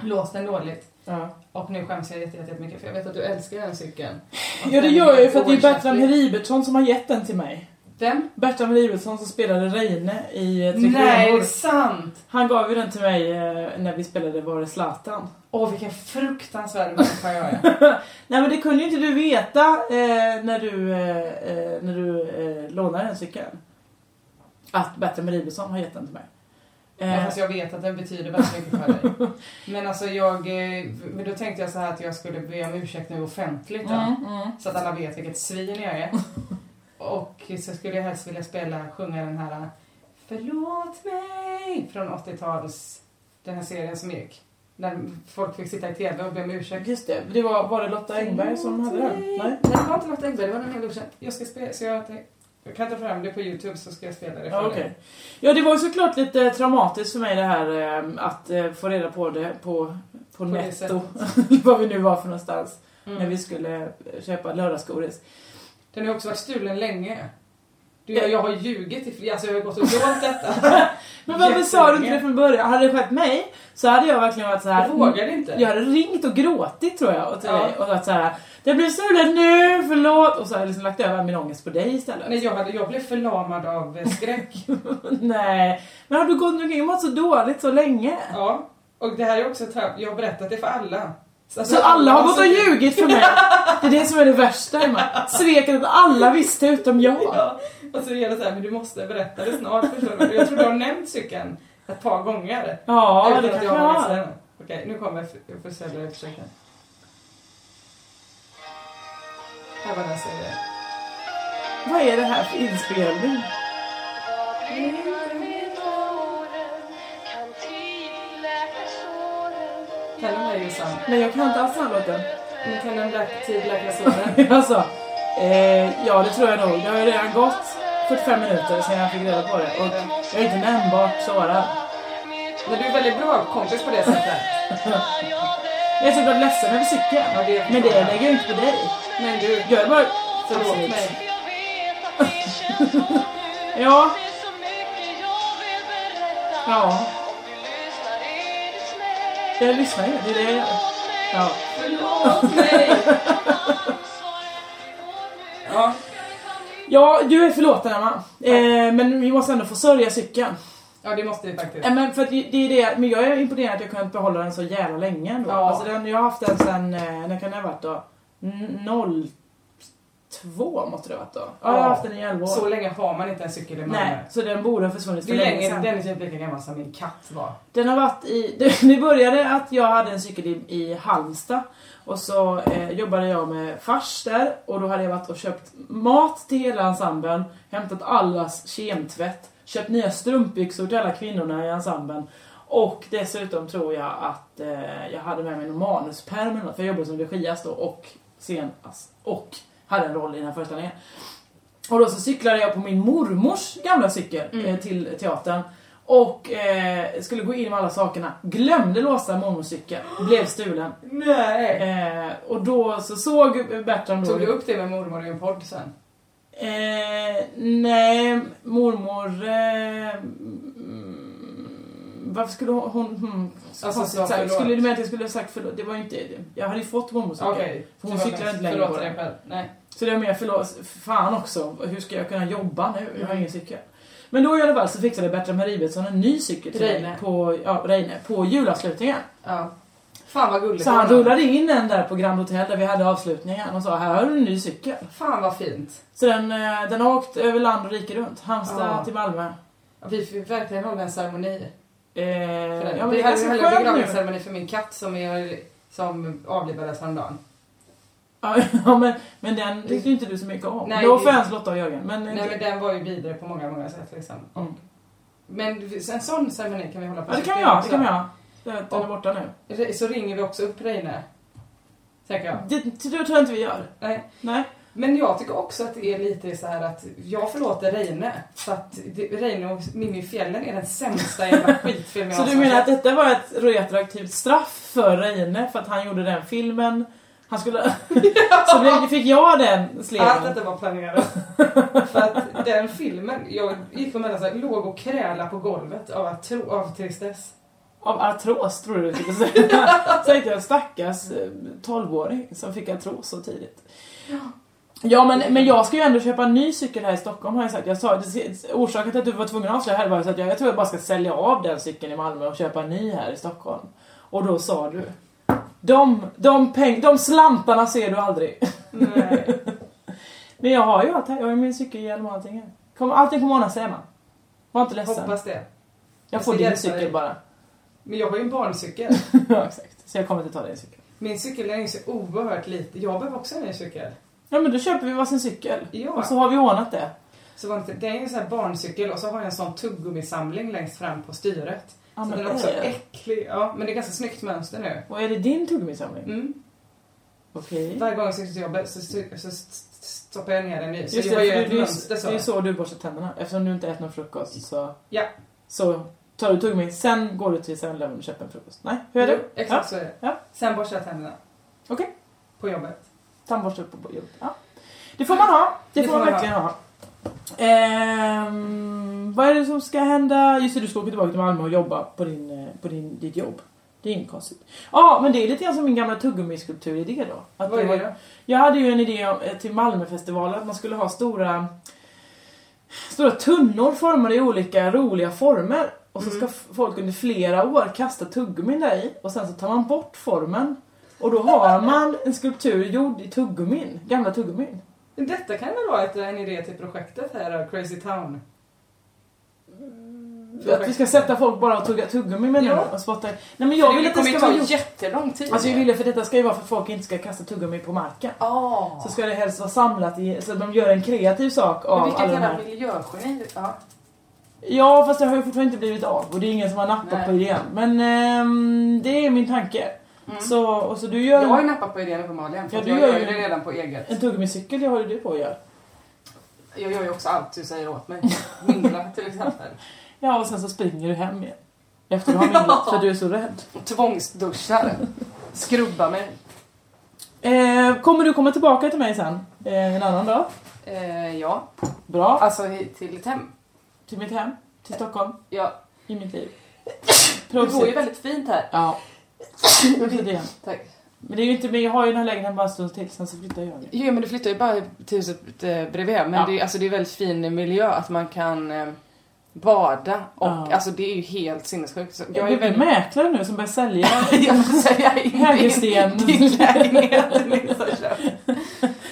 [SPEAKER 5] Låst den dåligt.
[SPEAKER 6] Ja.
[SPEAKER 5] Och nu skäms jag jätte, jätte, jättemycket för jag vet att du älskar den cykeln. Och
[SPEAKER 6] Ja det
[SPEAKER 5] den
[SPEAKER 6] gör jag
[SPEAKER 5] är
[SPEAKER 6] ju för att det är Bertram
[SPEAKER 5] oersättlig.
[SPEAKER 6] Heribertsson som har gett den till mig.
[SPEAKER 5] Vem?
[SPEAKER 6] Berta Olivesson som spelade Reine i eh, Tre
[SPEAKER 5] Nej,
[SPEAKER 6] Kronor.
[SPEAKER 5] är det sant?
[SPEAKER 6] Han gav ju den till mig eh, när vi spelade Var är Zlatan?
[SPEAKER 5] Åh, vilken fruktansvärd människa jag är.
[SPEAKER 6] Nej men det kunde ju inte du veta eh, när du, eh, eh, när du eh, lånade den cykeln. Att Berta Olivesson har gett den till mig. Eh,
[SPEAKER 5] Ja, fast jag vet att den betyder väldigt mycket för dig. Men alltså jag, eh, men då tänkte jag så här att jag skulle be om ursäkt nu offentligt då,
[SPEAKER 6] Mm, mm.
[SPEAKER 5] Så att alla vet vilket svin jag är. Och så skulle jag helst vilja spela, sjunga den här Förlåt mig från 80-tals, den här serien som gick. När folk fick sitta i TV och be om ursäkt.
[SPEAKER 6] Just det, det var, var det Lotta Engberg som hade den? Nej.
[SPEAKER 5] Nej, det var inte Lotta Engberg, det var någon helt okänd. Jag ska spela, så jag, tänkte- jag kan ta fram det på Youtube så ska jag spela det
[SPEAKER 6] Ja,
[SPEAKER 5] för
[SPEAKER 6] Ah, okej.
[SPEAKER 5] dig.
[SPEAKER 6] ja, det var ju såklart lite traumatiskt för mig det här eh, att eh, få reda på det på, på
[SPEAKER 5] det
[SPEAKER 6] Netto.
[SPEAKER 5] sättet.
[SPEAKER 6] Vad vi nu var för någonstans.
[SPEAKER 5] Mm.
[SPEAKER 6] När vi skulle eh, köpa lördagsgodis.
[SPEAKER 5] Den har också varit stulen länge. Du, jag, jag har ljugit i fri, alltså jag har gått och dolt detta.
[SPEAKER 6] Men varför sa du inte
[SPEAKER 5] Jättelänge.
[SPEAKER 6] det från början? Hade det skett mig så hade jag verkligen varit så här.
[SPEAKER 5] Jag vågade inte.
[SPEAKER 6] Jag hade ringt och gråtit tror jag. Och, till
[SPEAKER 5] Ja.
[SPEAKER 6] dig, och varit så här. Det blir stulet nu, förlåt! Och så hade jag liksom lagt över min ångest på dig istället.
[SPEAKER 5] Nej, jag, hade, jag blev förlamad av eh, skräck.
[SPEAKER 6] Nej. Men har du gått omkring och mått så dåligt så länge?
[SPEAKER 5] Ja, och det här är också tra- jag har berättat det för alla.
[SPEAKER 6] Så alla har gått och
[SPEAKER 5] alltså-
[SPEAKER 6] ljugit för mig. Det är det som är det värsta Emma. Sveket att alla visste utom jag.
[SPEAKER 5] Ja, och så är alltså, det så här, men du måste berätta det snart förstår du. Jag tror du har nämnt cykeln ett par gånger.
[SPEAKER 6] Ja,
[SPEAKER 5] Utan
[SPEAKER 6] det
[SPEAKER 5] att
[SPEAKER 6] kanske
[SPEAKER 5] har
[SPEAKER 6] jag har.
[SPEAKER 5] missat den. Okej, nu kommer f- försäljare försöka. Här var den serien.
[SPEAKER 6] Vad är det här för inspelning?
[SPEAKER 5] Tell mig ju sant.
[SPEAKER 6] Men jag kan inte alls den här låten.
[SPEAKER 5] Nu kan den läk- tid läka såren.
[SPEAKER 6] Alltså, eh, ja det tror jag nog. Det har ju redan gått 45 minuter sedan jag fick reda på det. Och jag är inte nämnbart sårad.
[SPEAKER 5] Men du är väldigt bra kompis på det sättet.
[SPEAKER 6] Jag är såklart ledsen över cykeln. Men det lägger jag inte på dig.
[SPEAKER 5] Men du,
[SPEAKER 6] jag är bara...
[SPEAKER 5] Förlåt mig.
[SPEAKER 6] ja. Ja. Jag lyssnar ju, det är det jag gör. Ja.
[SPEAKER 5] Förlåt mig.
[SPEAKER 6] ja. Ja, du är förlåten Emma. Eh, men vi måste ändå få sörja cykeln.
[SPEAKER 5] Ja, det måste vi faktiskt.
[SPEAKER 6] Eh, men, för att det det är det, men jag är imponerad att jag kunnat behålla den så jävla länge ändå.
[SPEAKER 5] Ja.
[SPEAKER 6] Alltså den, jag har haft den sen, eh, när kan det ha varit då? N- 02 måste det ha varit då. Ja, jag har haft den i 11 år.
[SPEAKER 5] Så länge har man inte en cykel i Malmö.
[SPEAKER 6] Nej, så den borde ha försvunnit
[SPEAKER 5] Det
[SPEAKER 6] för
[SPEAKER 5] är
[SPEAKER 6] länge
[SPEAKER 5] länge,
[SPEAKER 6] sedan.
[SPEAKER 5] den är typ lika gammal som min katt var.
[SPEAKER 6] Den har varit i, det, det började att jag hade en cykel i, i Halmstad och så eh, jobbade jag med fars där och då hade jag varit och köpt mat till hela ensemblen, hämtat allas kemtvätt, köpt nya strumpbyxor till alla kvinnorna i ensemblen och dessutom tror jag att eh, jag hade med mig en manuspärm eller något, för jag jobbade som regiast då och scenas och hade en roll i den här föreställningen. Och då så cyklade jag på min mormors gamla cykel
[SPEAKER 5] Mm.
[SPEAKER 6] eh, till teatern. Och eh, skulle gå in med alla sakerna. Glömde låsa mormors cykel. Blev stulen.
[SPEAKER 5] Nej!
[SPEAKER 6] Eh, och då så såg Bertrand då...
[SPEAKER 5] Tog du upp det med mormor i en podd sen?
[SPEAKER 6] Eh, nej, mormor... Eh, mm, varför skulle hon... hon hmm, så
[SPEAKER 5] Alltså,
[SPEAKER 6] konstigt
[SPEAKER 5] sa
[SPEAKER 6] sagt.
[SPEAKER 5] förlåt.
[SPEAKER 6] skulle du mena att jag skulle ha sagt förlåt? Det var ju inte... Jag hade ju fått mormors cykel.
[SPEAKER 5] Okej. typ
[SPEAKER 6] För hon
[SPEAKER 5] Så
[SPEAKER 6] cyklar
[SPEAKER 5] var-
[SPEAKER 6] inte längre
[SPEAKER 5] förlåt
[SPEAKER 6] på
[SPEAKER 5] dig
[SPEAKER 6] den.
[SPEAKER 5] själv. Nej.
[SPEAKER 6] Så det är mer förlåt, fan också, hur ska jag kunna jobba nu?
[SPEAKER 5] Mm.
[SPEAKER 6] Jag har ingen cykel. Men då i alla fall så fixade Bertram Ribetsson en ny cykel till mig
[SPEAKER 5] Reine.
[SPEAKER 6] på, ja, Reine, på julavslutningen.
[SPEAKER 5] Ja. Fan vad gulligt.
[SPEAKER 6] Så han rullade in den där på Grand Hotel där vi hade avslutningen och sa här har du en ny cykel.
[SPEAKER 5] Fan vad fint.
[SPEAKER 6] Så den, eh, den har åkt över land och rike runt, Halmstad
[SPEAKER 5] Ja.
[SPEAKER 6] till Malmö.
[SPEAKER 5] Ja, Vi fick verkligen hålla en ceremoni.
[SPEAKER 6] Eh,
[SPEAKER 5] För den.
[SPEAKER 6] ja, men
[SPEAKER 5] vi
[SPEAKER 6] det är
[SPEAKER 5] hade
[SPEAKER 6] ganska
[SPEAKER 5] hellre
[SPEAKER 6] skönt nu.
[SPEAKER 5] begravningsceremoni för min katt som, är, som avlivades häromdagen.
[SPEAKER 6] Ja, ja, men, men den tyckte ju inte du så mycket om.
[SPEAKER 5] Nej,
[SPEAKER 6] det var
[SPEAKER 5] det-
[SPEAKER 6] fans Lotta och Jörgen. Men,
[SPEAKER 5] Nej men den var ju vidare på många, många sätt liksom.
[SPEAKER 6] Mm.
[SPEAKER 5] Men en sån ceremoni kan vi hålla på
[SPEAKER 6] ja, det kan vi
[SPEAKER 5] cykeln
[SPEAKER 6] göra, det
[SPEAKER 5] också.
[SPEAKER 6] kan vi göra. Den den är borta nu.
[SPEAKER 5] Re- Så ringer vi också upp Reine. Tänker jag.
[SPEAKER 6] Det, det tror jag inte vi gör.
[SPEAKER 5] Nej.
[SPEAKER 6] Nej.
[SPEAKER 5] Men jag tycker också att det är lite så här att jag förlåter Reine. För att det, Reine och Mimmi i fjällen är den sämsta jävla skitfilmen jag
[SPEAKER 6] Så du
[SPEAKER 5] någonsin
[SPEAKER 6] menar
[SPEAKER 5] har
[SPEAKER 6] att detta var ett retroaktivt straff för Reine för att han gjorde den filmen? Han skulle... så blev, fick jag den
[SPEAKER 5] sett. Allt
[SPEAKER 6] sleven?
[SPEAKER 5] detta var planerat. för att den filmen, jag gick och mellan så här, låg och kräla på golvet av, att tro, av tristess.
[SPEAKER 6] Av artros tror du skulle säga. Så tänkte jag stackars eh, 12-åring som fick artros så tidigt. Ja men, men jag ska ju ändå köpa en ny cykel här i Stockholm har jag sagt. Jag sa, det- orsaken till att du var tvungen att avslöja det här var ju så att jag, jag tror jag bara ska sälja av den cykeln i Malmö och köpa en ny här i Stockholm. Och då sa du. De, de, peng, de slantarna ser du aldrig. men jag har ju allt här. Jag har ju min cykelhjälm och allting här. Kom, allting kommer ordna sig Emma. Var inte ledsen.
[SPEAKER 10] Hoppas det.
[SPEAKER 6] Jag får
[SPEAKER 10] ska hjälpa
[SPEAKER 6] din cykel
[SPEAKER 10] dig.
[SPEAKER 6] bara.
[SPEAKER 10] Men jag har ju en barncykel.
[SPEAKER 6] ja exakt. Så jag kommer inte ta din cykel.
[SPEAKER 10] Min cykel är ju så oerhört liten. Jag behöver också en ny cykel.
[SPEAKER 6] Ja men då köper vi varsin cykel.
[SPEAKER 10] Ja.
[SPEAKER 6] Och så har vi ordnat det.
[SPEAKER 10] Så var det, inte- det är ju en sån här barncykel och så har jag en sån tuggummisamling längst fram på styret.
[SPEAKER 6] Ja,
[SPEAKER 10] så
[SPEAKER 6] men
[SPEAKER 10] den är också
[SPEAKER 6] är det?
[SPEAKER 10] äcklig. Ja, men det är ganska snyggt mönster nu.
[SPEAKER 6] Och är det din tuggummisamling?
[SPEAKER 10] Mm.
[SPEAKER 6] Okej.
[SPEAKER 10] Varje gång jag cyklar till jobbet så, så, så stoppar jag ner den i. Så
[SPEAKER 6] Just
[SPEAKER 10] jag
[SPEAKER 6] det, för
[SPEAKER 10] gör
[SPEAKER 6] det,
[SPEAKER 10] ett
[SPEAKER 6] det, är ju-
[SPEAKER 10] mönster så.
[SPEAKER 6] det är ju så du borstar tänderna. Eftersom du inte äter någon frukost så,
[SPEAKER 10] Ja.
[SPEAKER 6] så tar du tuggummi, sen går du till 7-Eleven och köper en frukost. Nej, hur är det?
[SPEAKER 10] Jo, Exakt
[SPEAKER 6] Ja.
[SPEAKER 10] så är det.
[SPEAKER 6] Ja.
[SPEAKER 10] Sen borstar jag tänderna.
[SPEAKER 6] Okej.
[SPEAKER 10] På jobbet.
[SPEAKER 6] Tandborstar på jobbet. Ja. Det får man ha. Det, får man, verkligen ha. Ehm, vad är det som ska hända? Just det, du ska åka tillbaka till Malmö och jobba på, din, eh, på din, ditt jobb. Det är inget konstigt. Ja, men det är lite grann som min gamla tuggummiskulpturidé då. Att
[SPEAKER 10] Vad är
[SPEAKER 6] var-
[SPEAKER 10] det då?
[SPEAKER 6] Jag hade ju en idé om, eh, till Malmöfestivalen att man skulle ha stora stora tunnor formade i olika roliga former. Och så
[SPEAKER 10] Mm.
[SPEAKER 6] ska f- folk under flera år kasta tuggummin där i och sen så tar man bort formen. Och då har man en skulptur gjord i tuggummin, gamla tuggummin.
[SPEAKER 10] Detta kan väl vara ett, en idé till projektet här då, Crazy Town?
[SPEAKER 6] Att vi ska sätta folk bara och tugga tuggummi med
[SPEAKER 10] Ja.
[SPEAKER 6] och spotta i. Nej men jag
[SPEAKER 10] För
[SPEAKER 6] vill
[SPEAKER 10] det
[SPEAKER 6] att det
[SPEAKER 10] kommer
[SPEAKER 6] ska
[SPEAKER 10] ju ta
[SPEAKER 6] vara gjort.
[SPEAKER 10] jättelång tid.
[SPEAKER 6] Alltså jag ville för detta ska ju vara för att folk inte ska kasta tuggummi på marken. Så ska det helst vara samlat i, så att de gör en kreativ sak av
[SPEAKER 5] Ah. Men
[SPEAKER 6] alla
[SPEAKER 5] vilket
[SPEAKER 6] de
[SPEAKER 5] jävla
[SPEAKER 6] här.
[SPEAKER 5] miljögeni. Ja.
[SPEAKER 6] Ja, fast det har ju fortfarande inte blivit av och det är ingen som har nappat
[SPEAKER 5] Nej.
[SPEAKER 6] på idén. Men ehm, det är min tanke. Så, och så du gör
[SPEAKER 5] Mm. Jag har ju nappat på idén uppenbarligen. För
[SPEAKER 6] Ja,
[SPEAKER 5] att
[SPEAKER 6] du
[SPEAKER 5] jag
[SPEAKER 6] gör
[SPEAKER 5] gör
[SPEAKER 6] ju-
[SPEAKER 5] ju det redan på eget.
[SPEAKER 6] en tuggummicykel, det håller du på att göra.
[SPEAKER 5] Jag gör ju också allt du säger åt mig. Mingla till exempel.
[SPEAKER 6] Ja, och sen så springer du hem igen. Efter du har minglat, för du är så rädd.
[SPEAKER 5] Tvångsduschar. Skrubba mig.
[SPEAKER 6] Eh, kommer du komma tillbaka till mig sen? Eh, en annan dag?
[SPEAKER 5] Eh, ja.
[SPEAKER 6] Bra.
[SPEAKER 5] Alltså hit- till ditt hem.
[SPEAKER 6] Till mitt hem? Till Stockholm?
[SPEAKER 5] Ja.
[SPEAKER 6] I mitt liv.
[SPEAKER 5] Det går ju
[SPEAKER 6] Proffsigt.
[SPEAKER 5] väldigt fint här.
[SPEAKER 6] Ja. Proffsigt igen.
[SPEAKER 5] Tack.
[SPEAKER 6] Men det är ju inte, men jag har ju den här lägenheten bara en stund till, sen så flyttar jag.
[SPEAKER 5] Jo men du flyttar ju bara till huset eh, bredvid. Men
[SPEAKER 6] Ja.
[SPEAKER 5] det, är, alltså, det är väldigt fin miljö att man kan eh, bada och
[SPEAKER 6] Ja.
[SPEAKER 5] alltså det är ju helt sinnessjukt. Så
[SPEAKER 6] Jag
[SPEAKER 5] ju
[SPEAKER 6] är
[SPEAKER 5] väldigt-
[SPEAKER 6] mäklare nu som börjar sälja
[SPEAKER 5] jag får säga in
[SPEAKER 6] högersten.
[SPEAKER 5] din- din lägenhet i Nissaköp.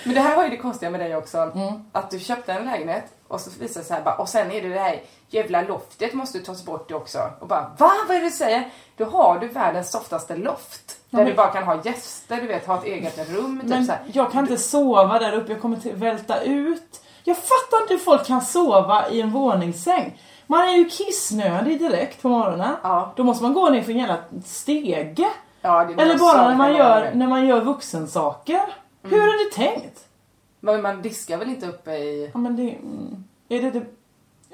[SPEAKER 5] Men det här var ju det konstiga med dig också.
[SPEAKER 6] Mm.
[SPEAKER 5] Att du köpte en lägenhet och så visade det sig här bara, och sen är det det här jävla loftet måste tas bort det också. Och bara va? Vad är det du säger? Då har du världens softaste loft.
[SPEAKER 6] Ja,
[SPEAKER 5] Där
[SPEAKER 6] men-
[SPEAKER 5] du bara kan ha gäster, du vet ha ett eget rum. Typ
[SPEAKER 6] Men
[SPEAKER 5] så här.
[SPEAKER 6] jag kan inte sova där uppe, jag kommer till, välta ut. Jag fattar inte hur folk kan sova i en våningssäng. Man är ju kissnödig direkt på morgonen. Då måste man gå ner för en jävla stege.
[SPEAKER 5] Ja, det är
[SPEAKER 6] Eller
[SPEAKER 5] någon
[SPEAKER 6] bara
[SPEAKER 5] som
[SPEAKER 6] när
[SPEAKER 5] kan
[SPEAKER 6] man,
[SPEAKER 5] vara
[SPEAKER 6] gör,
[SPEAKER 5] med.
[SPEAKER 6] när man gör vuxensaker.
[SPEAKER 5] Mm.
[SPEAKER 6] Hur är det tänkt?
[SPEAKER 5] Men man diskar väl inte uppe i...
[SPEAKER 6] Ja, men det, mm, är det, det, är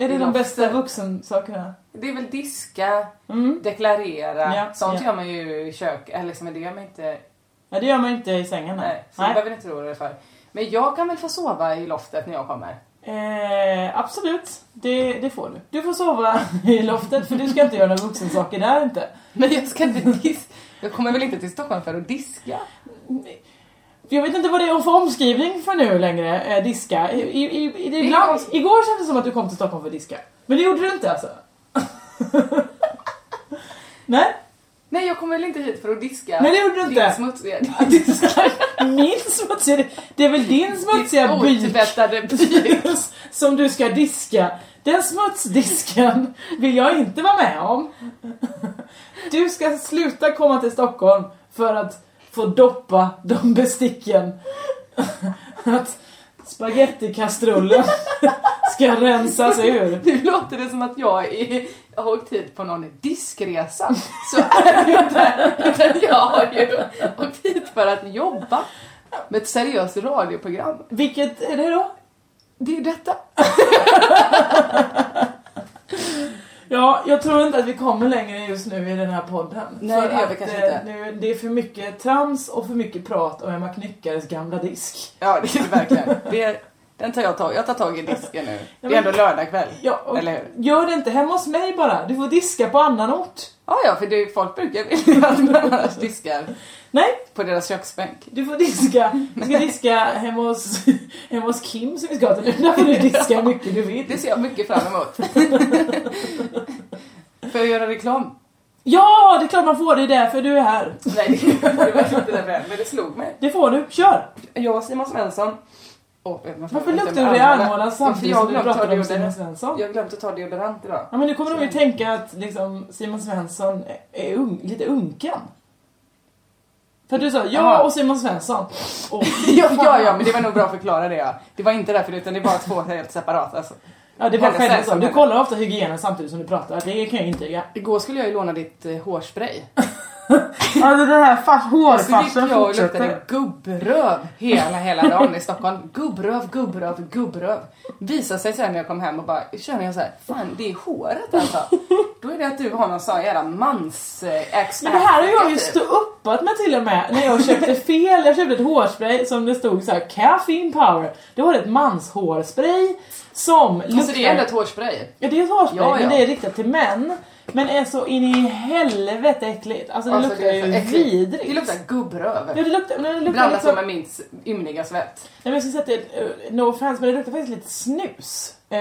[SPEAKER 6] det
[SPEAKER 5] I
[SPEAKER 6] de
[SPEAKER 5] loftet.
[SPEAKER 6] bästa vuxensakerna?
[SPEAKER 5] Det är väl diska, deklarera.
[SPEAKER 6] Mm. Ja,
[SPEAKER 5] Sånt
[SPEAKER 6] ja.
[SPEAKER 5] gör man ju i kök. Eller liksom, men det gör man inte
[SPEAKER 6] Ja, det gör man ju inte i sängen.
[SPEAKER 5] Nej,
[SPEAKER 6] Nej.
[SPEAKER 5] så det
[SPEAKER 6] Nej.
[SPEAKER 5] behöver ni inte oroa er för. Men jag kan väl få sova i loftet när jag kommer?
[SPEAKER 6] Eh, absolut, det, det får du. Du får sova i loftet för du ska inte göra några vuxensaker där inte.
[SPEAKER 5] Men jag ska inte diska. Jag kommer väl inte till Stockholm för att diska?
[SPEAKER 6] Jag vet inte vad det är för omskrivning för nu längre, eh, diska. I, i, i, det är ibland, igår kändes det som att du kom till Stockholm för att diska. Men det gjorde du inte alltså? Nej?
[SPEAKER 5] Nej, jag kommer väl inte hit för att diska?
[SPEAKER 6] Nej, det gjorde du inte.
[SPEAKER 5] Din smutsiga
[SPEAKER 6] Min smutsiga... Det är väl din smutsiga
[SPEAKER 5] typ
[SPEAKER 6] byk
[SPEAKER 5] otvättade byk.
[SPEAKER 6] som du ska diska. Den smutsdisken vill jag inte vara med om. Du ska sluta komma till Stockholm för att få doppa de besticken. Att spagettikastrullen ska rensas ur.
[SPEAKER 5] Nu låter det som att jag är, har åkt hit på någon diskresa. Så är det ju inte. Utan jag har ju åkt hit för att jobba med ett seriöst radioprogram.
[SPEAKER 6] Vilket är det då?
[SPEAKER 5] Det är ju detta.
[SPEAKER 6] Ja, jag tror inte att vi kommer längre just nu i den här podden.
[SPEAKER 5] Nej,
[SPEAKER 6] För
[SPEAKER 5] det gör vi
[SPEAKER 6] att,
[SPEAKER 5] kanske
[SPEAKER 6] eh,
[SPEAKER 5] inte.
[SPEAKER 6] Nu, det är för mycket trams och för mycket prat om Emma Knyckares gamla disk.
[SPEAKER 5] Ja, det är det verkligen. Det är, den tar jag tag Jag tar tag i disken nu. Det är ändå lördagkväll.
[SPEAKER 6] Ja, och
[SPEAKER 5] Eller hur?
[SPEAKER 6] Gör det inte hemma hos mig bara. Du får diska på annan ort.
[SPEAKER 5] Ja, ja, för det, folk brukar vilja att man annars diskar.
[SPEAKER 6] Nej.
[SPEAKER 5] På deras köksbänk.
[SPEAKER 6] Du får diska. Du ska diska hemma hos, hemma hos Kim som vi ska till nu. Där får du diska hur mycket du vill.
[SPEAKER 5] Det ser jag mycket fram emot. Får jag göra reklam?
[SPEAKER 6] Ja, det är klart man får. Det är därför du är här.
[SPEAKER 5] Nej, det var verkligen inte det men det slog mig.
[SPEAKER 6] Det får du. Kör!
[SPEAKER 5] Jag och Simon Svensson. Åh, man får
[SPEAKER 6] Varför
[SPEAKER 5] inte
[SPEAKER 6] luktar du i
[SPEAKER 5] anmäla.
[SPEAKER 6] armhålan samtidigt
[SPEAKER 5] Jag
[SPEAKER 6] som du
[SPEAKER 5] glömde ta
[SPEAKER 6] pratar om
[SPEAKER 5] deodorant.
[SPEAKER 6] Simon Svensson?
[SPEAKER 5] Jag har glömt att ta deodorant idag.
[SPEAKER 6] Ja men nu kommer de ju tänka att liksom, Simon Svensson är un, lite unken. För du sa ja
[SPEAKER 5] Jaha.
[SPEAKER 6] och Simon Svensson. Åh, fy
[SPEAKER 5] ja,
[SPEAKER 6] fan.
[SPEAKER 5] ja, ja, men det var nog bra att förklara det ja. Det var inte därför utan det var två helt separata. Alltså.
[SPEAKER 6] Ja, det var
[SPEAKER 5] Hennes
[SPEAKER 6] själv så.
[SPEAKER 5] Svensson,
[SPEAKER 6] Du
[SPEAKER 5] henne.
[SPEAKER 6] kollar ofta hygienen samtidigt som du pratar. Det kan jag intyga.
[SPEAKER 5] Igår skulle jag ju låna ditt eh, hårspray.
[SPEAKER 6] Alltså den här fars,
[SPEAKER 5] Och så gick jag och luktade gubbröv hela, hela dagen i Stockholm. Gubbröv, gubbröv, gubbröv. Visade sig sen när jag kom hem och bara, känner jag så här, fan det är håret alltså. Då är det att du har någon sån jävla mans eh,
[SPEAKER 6] Men det här har jag ju
[SPEAKER 5] typ.
[SPEAKER 6] stå uppat med till och med. När jag köpte fel. Jag köpte ett hårspray som det stod så här caffeine power. Det var ett manshårspray som
[SPEAKER 5] Alltså det är ändå ett hårspray.
[SPEAKER 6] Ja det är ett hårspray
[SPEAKER 5] Ja, ja.
[SPEAKER 6] men det är riktat till män. Men är så in i helvete äckligt. Alltså det
[SPEAKER 5] Alltså,
[SPEAKER 6] luktar
[SPEAKER 5] är
[SPEAKER 6] ju
[SPEAKER 5] så äckligt.
[SPEAKER 6] vidrigt.
[SPEAKER 5] Det luktar gubbröv.
[SPEAKER 6] Ja, det luktar, men det luktar
[SPEAKER 5] Blandat
[SPEAKER 6] liksom-
[SPEAKER 5] med min ymniga svett.
[SPEAKER 6] Nej men jag ska säga att det, eh, no offense, men det luktar faktiskt lite snus. Eh,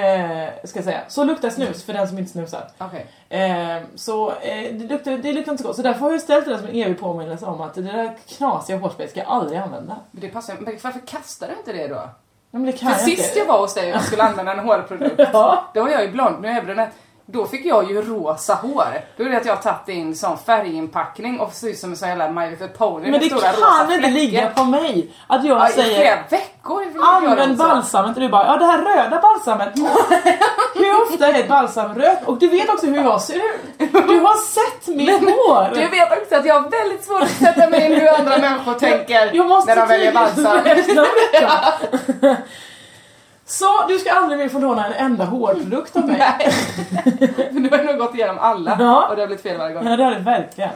[SPEAKER 6] ska jag säga. Så luktar snus för den som inte snusar.
[SPEAKER 5] Okej.
[SPEAKER 6] Eh, så eh, det, luktar, det luktar inte så gott. Så därför har jag ställt det där som en evig påminnelse om att det där knasiga hårsprayet ska jag aldrig använda.
[SPEAKER 5] Men det passar Men varför kastar du inte det då?
[SPEAKER 6] Ja, men det kan
[SPEAKER 5] För
[SPEAKER 6] jag
[SPEAKER 5] sist
[SPEAKER 6] inte.
[SPEAKER 5] jag var hos dig och skulle använda en hårprodukt,
[SPEAKER 6] Ja.
[SPEAKER 5] då var jag ju blond, nu är jag brunett. Då fick jag ju rosa hår. Då är det att jag har tagit in sån färginpackning och ser ut som en sån jävla My Little Pony
[SPEAKER 6] Men
[SPEAKER 5] med
[SPEAKER 6] det
[SPEAKER 5] stora rosa
[SPEAKER 6] kan inte
[SPEAKER 5] fläckar.
[SPEAKER 6] ligga på mig att jag
[SPEAKER 5] Ja, i flera
[SPEAKER 6] säger
[SPEAKER 5] veckor vill jag göra
[SPEAKER 6] Använd
[SPEAKER 5] så.
[SPEAKER 6] balsamet och du bara ja det här röda balsamet. hur ofta är ett balsam rött? Och du vet också hur jag ser ut. Du har sett mitt hår.
[SPEAKER 5] Du vet också att jag har väldigt svårt att sätta mig in i hur andra människor tänker
[SPEAKER 6] Jag måste
[SPEAKER 5] när de väljer
[SPEAKER 6] tydligen
[SPEAKER 5] balsam.
[SPEAKER 6] nästa vecka. Så du ska aldrig mer få låna en enda hårprodukt av mig.
[SPEAKER 5] Men du har nog gått igenom alla
[SPEAKER 6] Ja.
[SPEAKER 5] och det har blivit fel varje gång.
[SPEAKER 6] Ja det har det verkligen.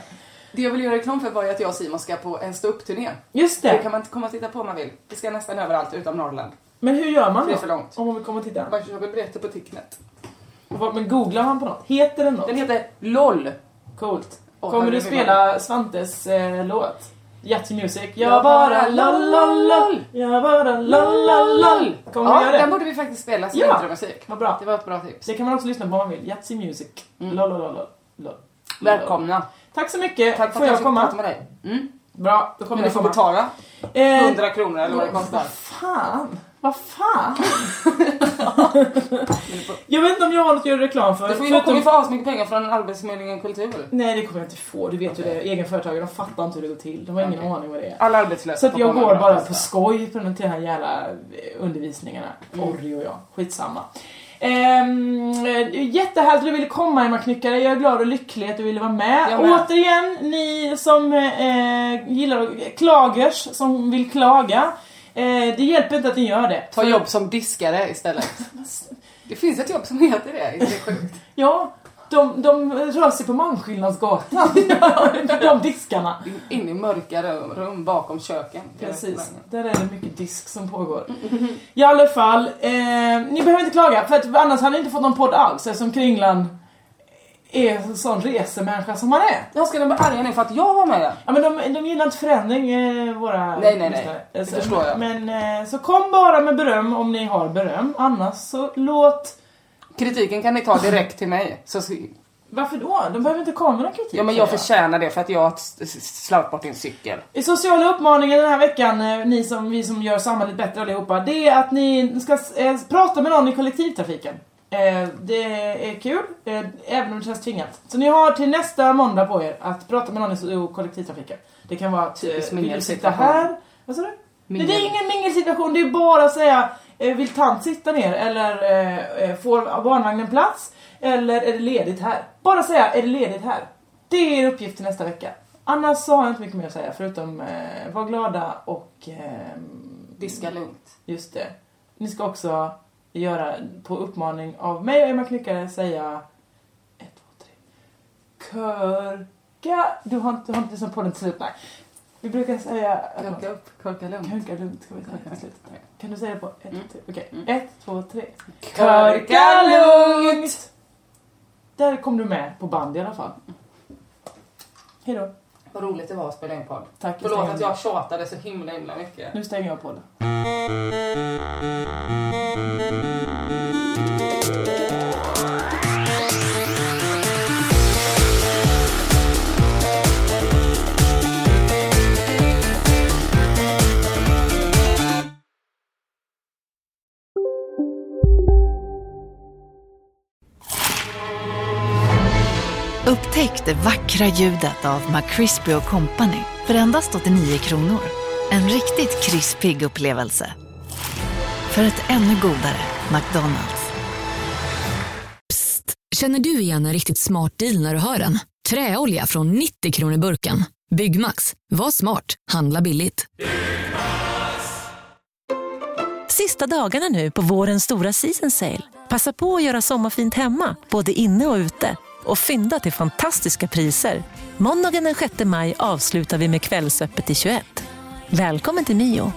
[SPEAKER 5] Det jag vill göra reklam för var ju att jag och Simon ska på en ståuppturné.
[SPEAKER 6] Just det.
[SPEAKER 5] Det kan man inte komma och titta på om man vill. Vi ska nästan överallt utom Norrland.
[SPEAKER 6] Men hur gör man
[SPEAKER 5] Det är
[SPEAKER 6] då?
[SPEAKER 5] för långt.
[SPEAKER 6] Om man vill komma och titta.
[SPEAKER 5] Man köper biljetter på Ticknet.
[SPEAKER 6] Och vad- Men googlar man på något? Heter den något?
[SPEAKER 5] Den heter LOL.
[SPEAKER 6] Coolt.
[SPEAKER 5] Och
[SPEAKER 6] Kommer
[SPEAKER 5] hörni,
[SPEAKER 6] du
[SPEAKER 5] vi
[SPEAKER 6] spela Svantes eh, låt? Yattzy Music. Jag bara lololol. Jag bara lololol. Kommer
[SPEAKER 5] ja,
[SPEAKER 6] du göra det?
[SPEAKER 5] den borde vi faktiskt spela som
[SPEAKER 6] Ja.
[SPEAKER 5] intromusik.
[SPEAKER 6] Vad bra.
[SPEAKER 5] Det var ett bra tips.
[SPEAKER 6] Det kan man också lyssna på om man vill. Yattzy Music. Lolololol. Lol.
[SPEAKER 5] Mm. Välkomna.
[SPEAKER 6] Tack så mycket.
[SPEAKER 5] Tack för
[SPEAKER 6] Får
[SPEAKER 5] att jag
[SPEAKER 6] jag
[SPEAKER 5] fick
[SPEAKER 6] komma?
[SPEAKER 5] prata med dig. Mm.
[SPEAKER 6] Bra, då kommer
[SPEAKER 5] Men du
[SPEAKER 6] jag
[SPEAKER 5] får
[SPEAKER 6] komma.
[SPEAKER 5] betala
[SPEAKER 6] Eh,
[SPEAKER 5] 100 kronor eller vad det kostar.
[SPEAKER 6] Fan, vad fan. jag vet inte om jag har något att göra reklam för.
[SPEAKER 5] Du får ju
[SPEAKER 6] förutom-
[SPEAKER 5] kommer få asmycket pengar från Arbetsförmedlingen Kultur.
[SPEAKER 6] Nej det kommer jag inte få, du vet ju det. Egenföretagare, de fattar inte hur det går till. De har ingen
[SPEAKER 5] Okej.
[SPEAKER 6] aning vad det är.
[SPEAKER 5] Alla arbetslösa
[SPEAKER 6] Så att
[SPEAKER 5] får
[SPEAKER 6] jag
[SPEAKER 5] komma
[SPEAKER 6] går
[SPEAKER 5] med
[SPEAKER 6] bara
[SPEAKER 5] de
[SPEAKER 6] på skoj på de här jävla eh, undervisningarna.
[SPEAKER 5] Mm.
[SPEAKER 6] Orri och jag, skitsamma. Ehm, eh, jättehärligt att du ville komma Emma Knyckare, jag är glad och lycklig att du ville vara med.
[SPEAKER 5] Jag med.
[SPEAKER 6] Återigen, ni som eh, gillar att- klagers, som vill klaga. Eh, det hjälper inte att ni gör det.
[SPEAKER 5] Ta jobb som diskare istället. Det finns ett jobb som heter det. Det är sjukt.
[SPEAKER 6] Ja, de, de rör sig på Malmskillnadsgatan. de diskarna.
[SPEAKER 5] In i mörka rum, rum bakom köken.
[SPEAKER 6] Precis, där är det mycket disk som pågår. I alla fall, eh, ni behöver inte klaga för att annars hade ni inte fått någon podd alls eftersom Kringlan är en sån resemänniska som han är.
[SPEAKER 5] Jag ska nog bli arga nu för att jag var med.
[SPEAKER 6] Ja men de, de gillar inte förändring, eh, våra
[SPEAKER 5] Nej, nej, nej.
[SPEAKER 6] lyssnare.
[SPEAKER 5] Det
[SPEAKER 6] Så-
[SPEAKER 5] förstår jag.
[SPEAKER 6] Men eh, så kom bara med beröm om ni har beröm, annars så låt...
[SPEAKER 5] Kritiken kan ni ta direkt till mig. Så, så,
[SPEAKER 6] Varför då? De behöver inte komma med någon kritik.
[SPEAKER 5] ja men jag
[SPEAKER 6] säger
[SPEAKER 5] förtjänar det för att jag har s- s- slarvat bort din cykel.
[SPEAKER 6] I Sociala uppmaningen den här veckan, eh, ni som, vi som gör samhället bättre allihopa, det är att ni ska eh, prata med någon i kollektivtrafiken. Eh, det är kul, eh, även om det känns tvingat. Så ni har till nästa måndag på er att prata med någon i so- kollektivtrafiken. Det kan vara att eh,
[SPEAKER 5] Typiskt
[SPEAKER 6] vill du sitta
[SPEAKER 5] mingelsituation.
[SPEAKER 6] här? Vad sa du? Nej, det är ingen mingelsituation, det är bara att säga eh, vill tant sitta ner eller eh, eh, får barnvagnen plats? Eller är det ledigt här? Bara säga är det ledigt här? Det är er uppgift till nästa vecka. Annars så har jag inte mycket mer att säga förutom eh, var glada och ehm,
[SPEAKER 5] Diska lugnt.
[SPEAKER 6] just det. Ni ska också göra på uppmaning av mig och Emma Knyckare säga ett, två, tre. Körka. Du har inte, du har inte lyssnat på den till slut, nej. Vi brukar säga...
[SPEAKER 5] Korka upp, korka lugnt.
[SPEAKER 6] Körka lugnt ska vi säga till slut.
[SPEAKER 5] Okej.
[SPEAKER 6] Kan du säga det på ett, två, tre? Okej,
[SPEAKER 5] Mm.
[SPEAKER 6] ett, två, tre.
[SPEAKER 5] Körka lugnt! Mm.
[SPEAKER 6] Där kom du med på band i alla fall. Hejdå.
[SPEAKER 5] Vad roligt det var att spela in podd.
[SPEAKER 6] Tack,
[SPEAKER 5] Förlåt
[SPEAKER 6] stänger
[SPEAKER 5] att jag tjatade så himla himla mycket.
[SPEAKER 6] Nu stänger jag på det.
[SPEAKER 11] Upptäck det vackra ljudet av McCrispy Company för endast 89 kronor. En riktigt krispig upplevelse. För ett ännu godare McDonalds.
[SPEAKER 1] Känner du igen en riktigt smart deal när du hör den? Träolja från 90 kronor burken. Byggmax, var smart, handla billigt.
[SPEAKER 7] Sista dagarna nu på vårens stora season sale. Passa på att göra sommarfint hemma, både inne och ute. Och fynda till fantastiska priser. Måndagen den 6 maj avslutar vi med Kvällsöppet i 21. Välkommen till Mio.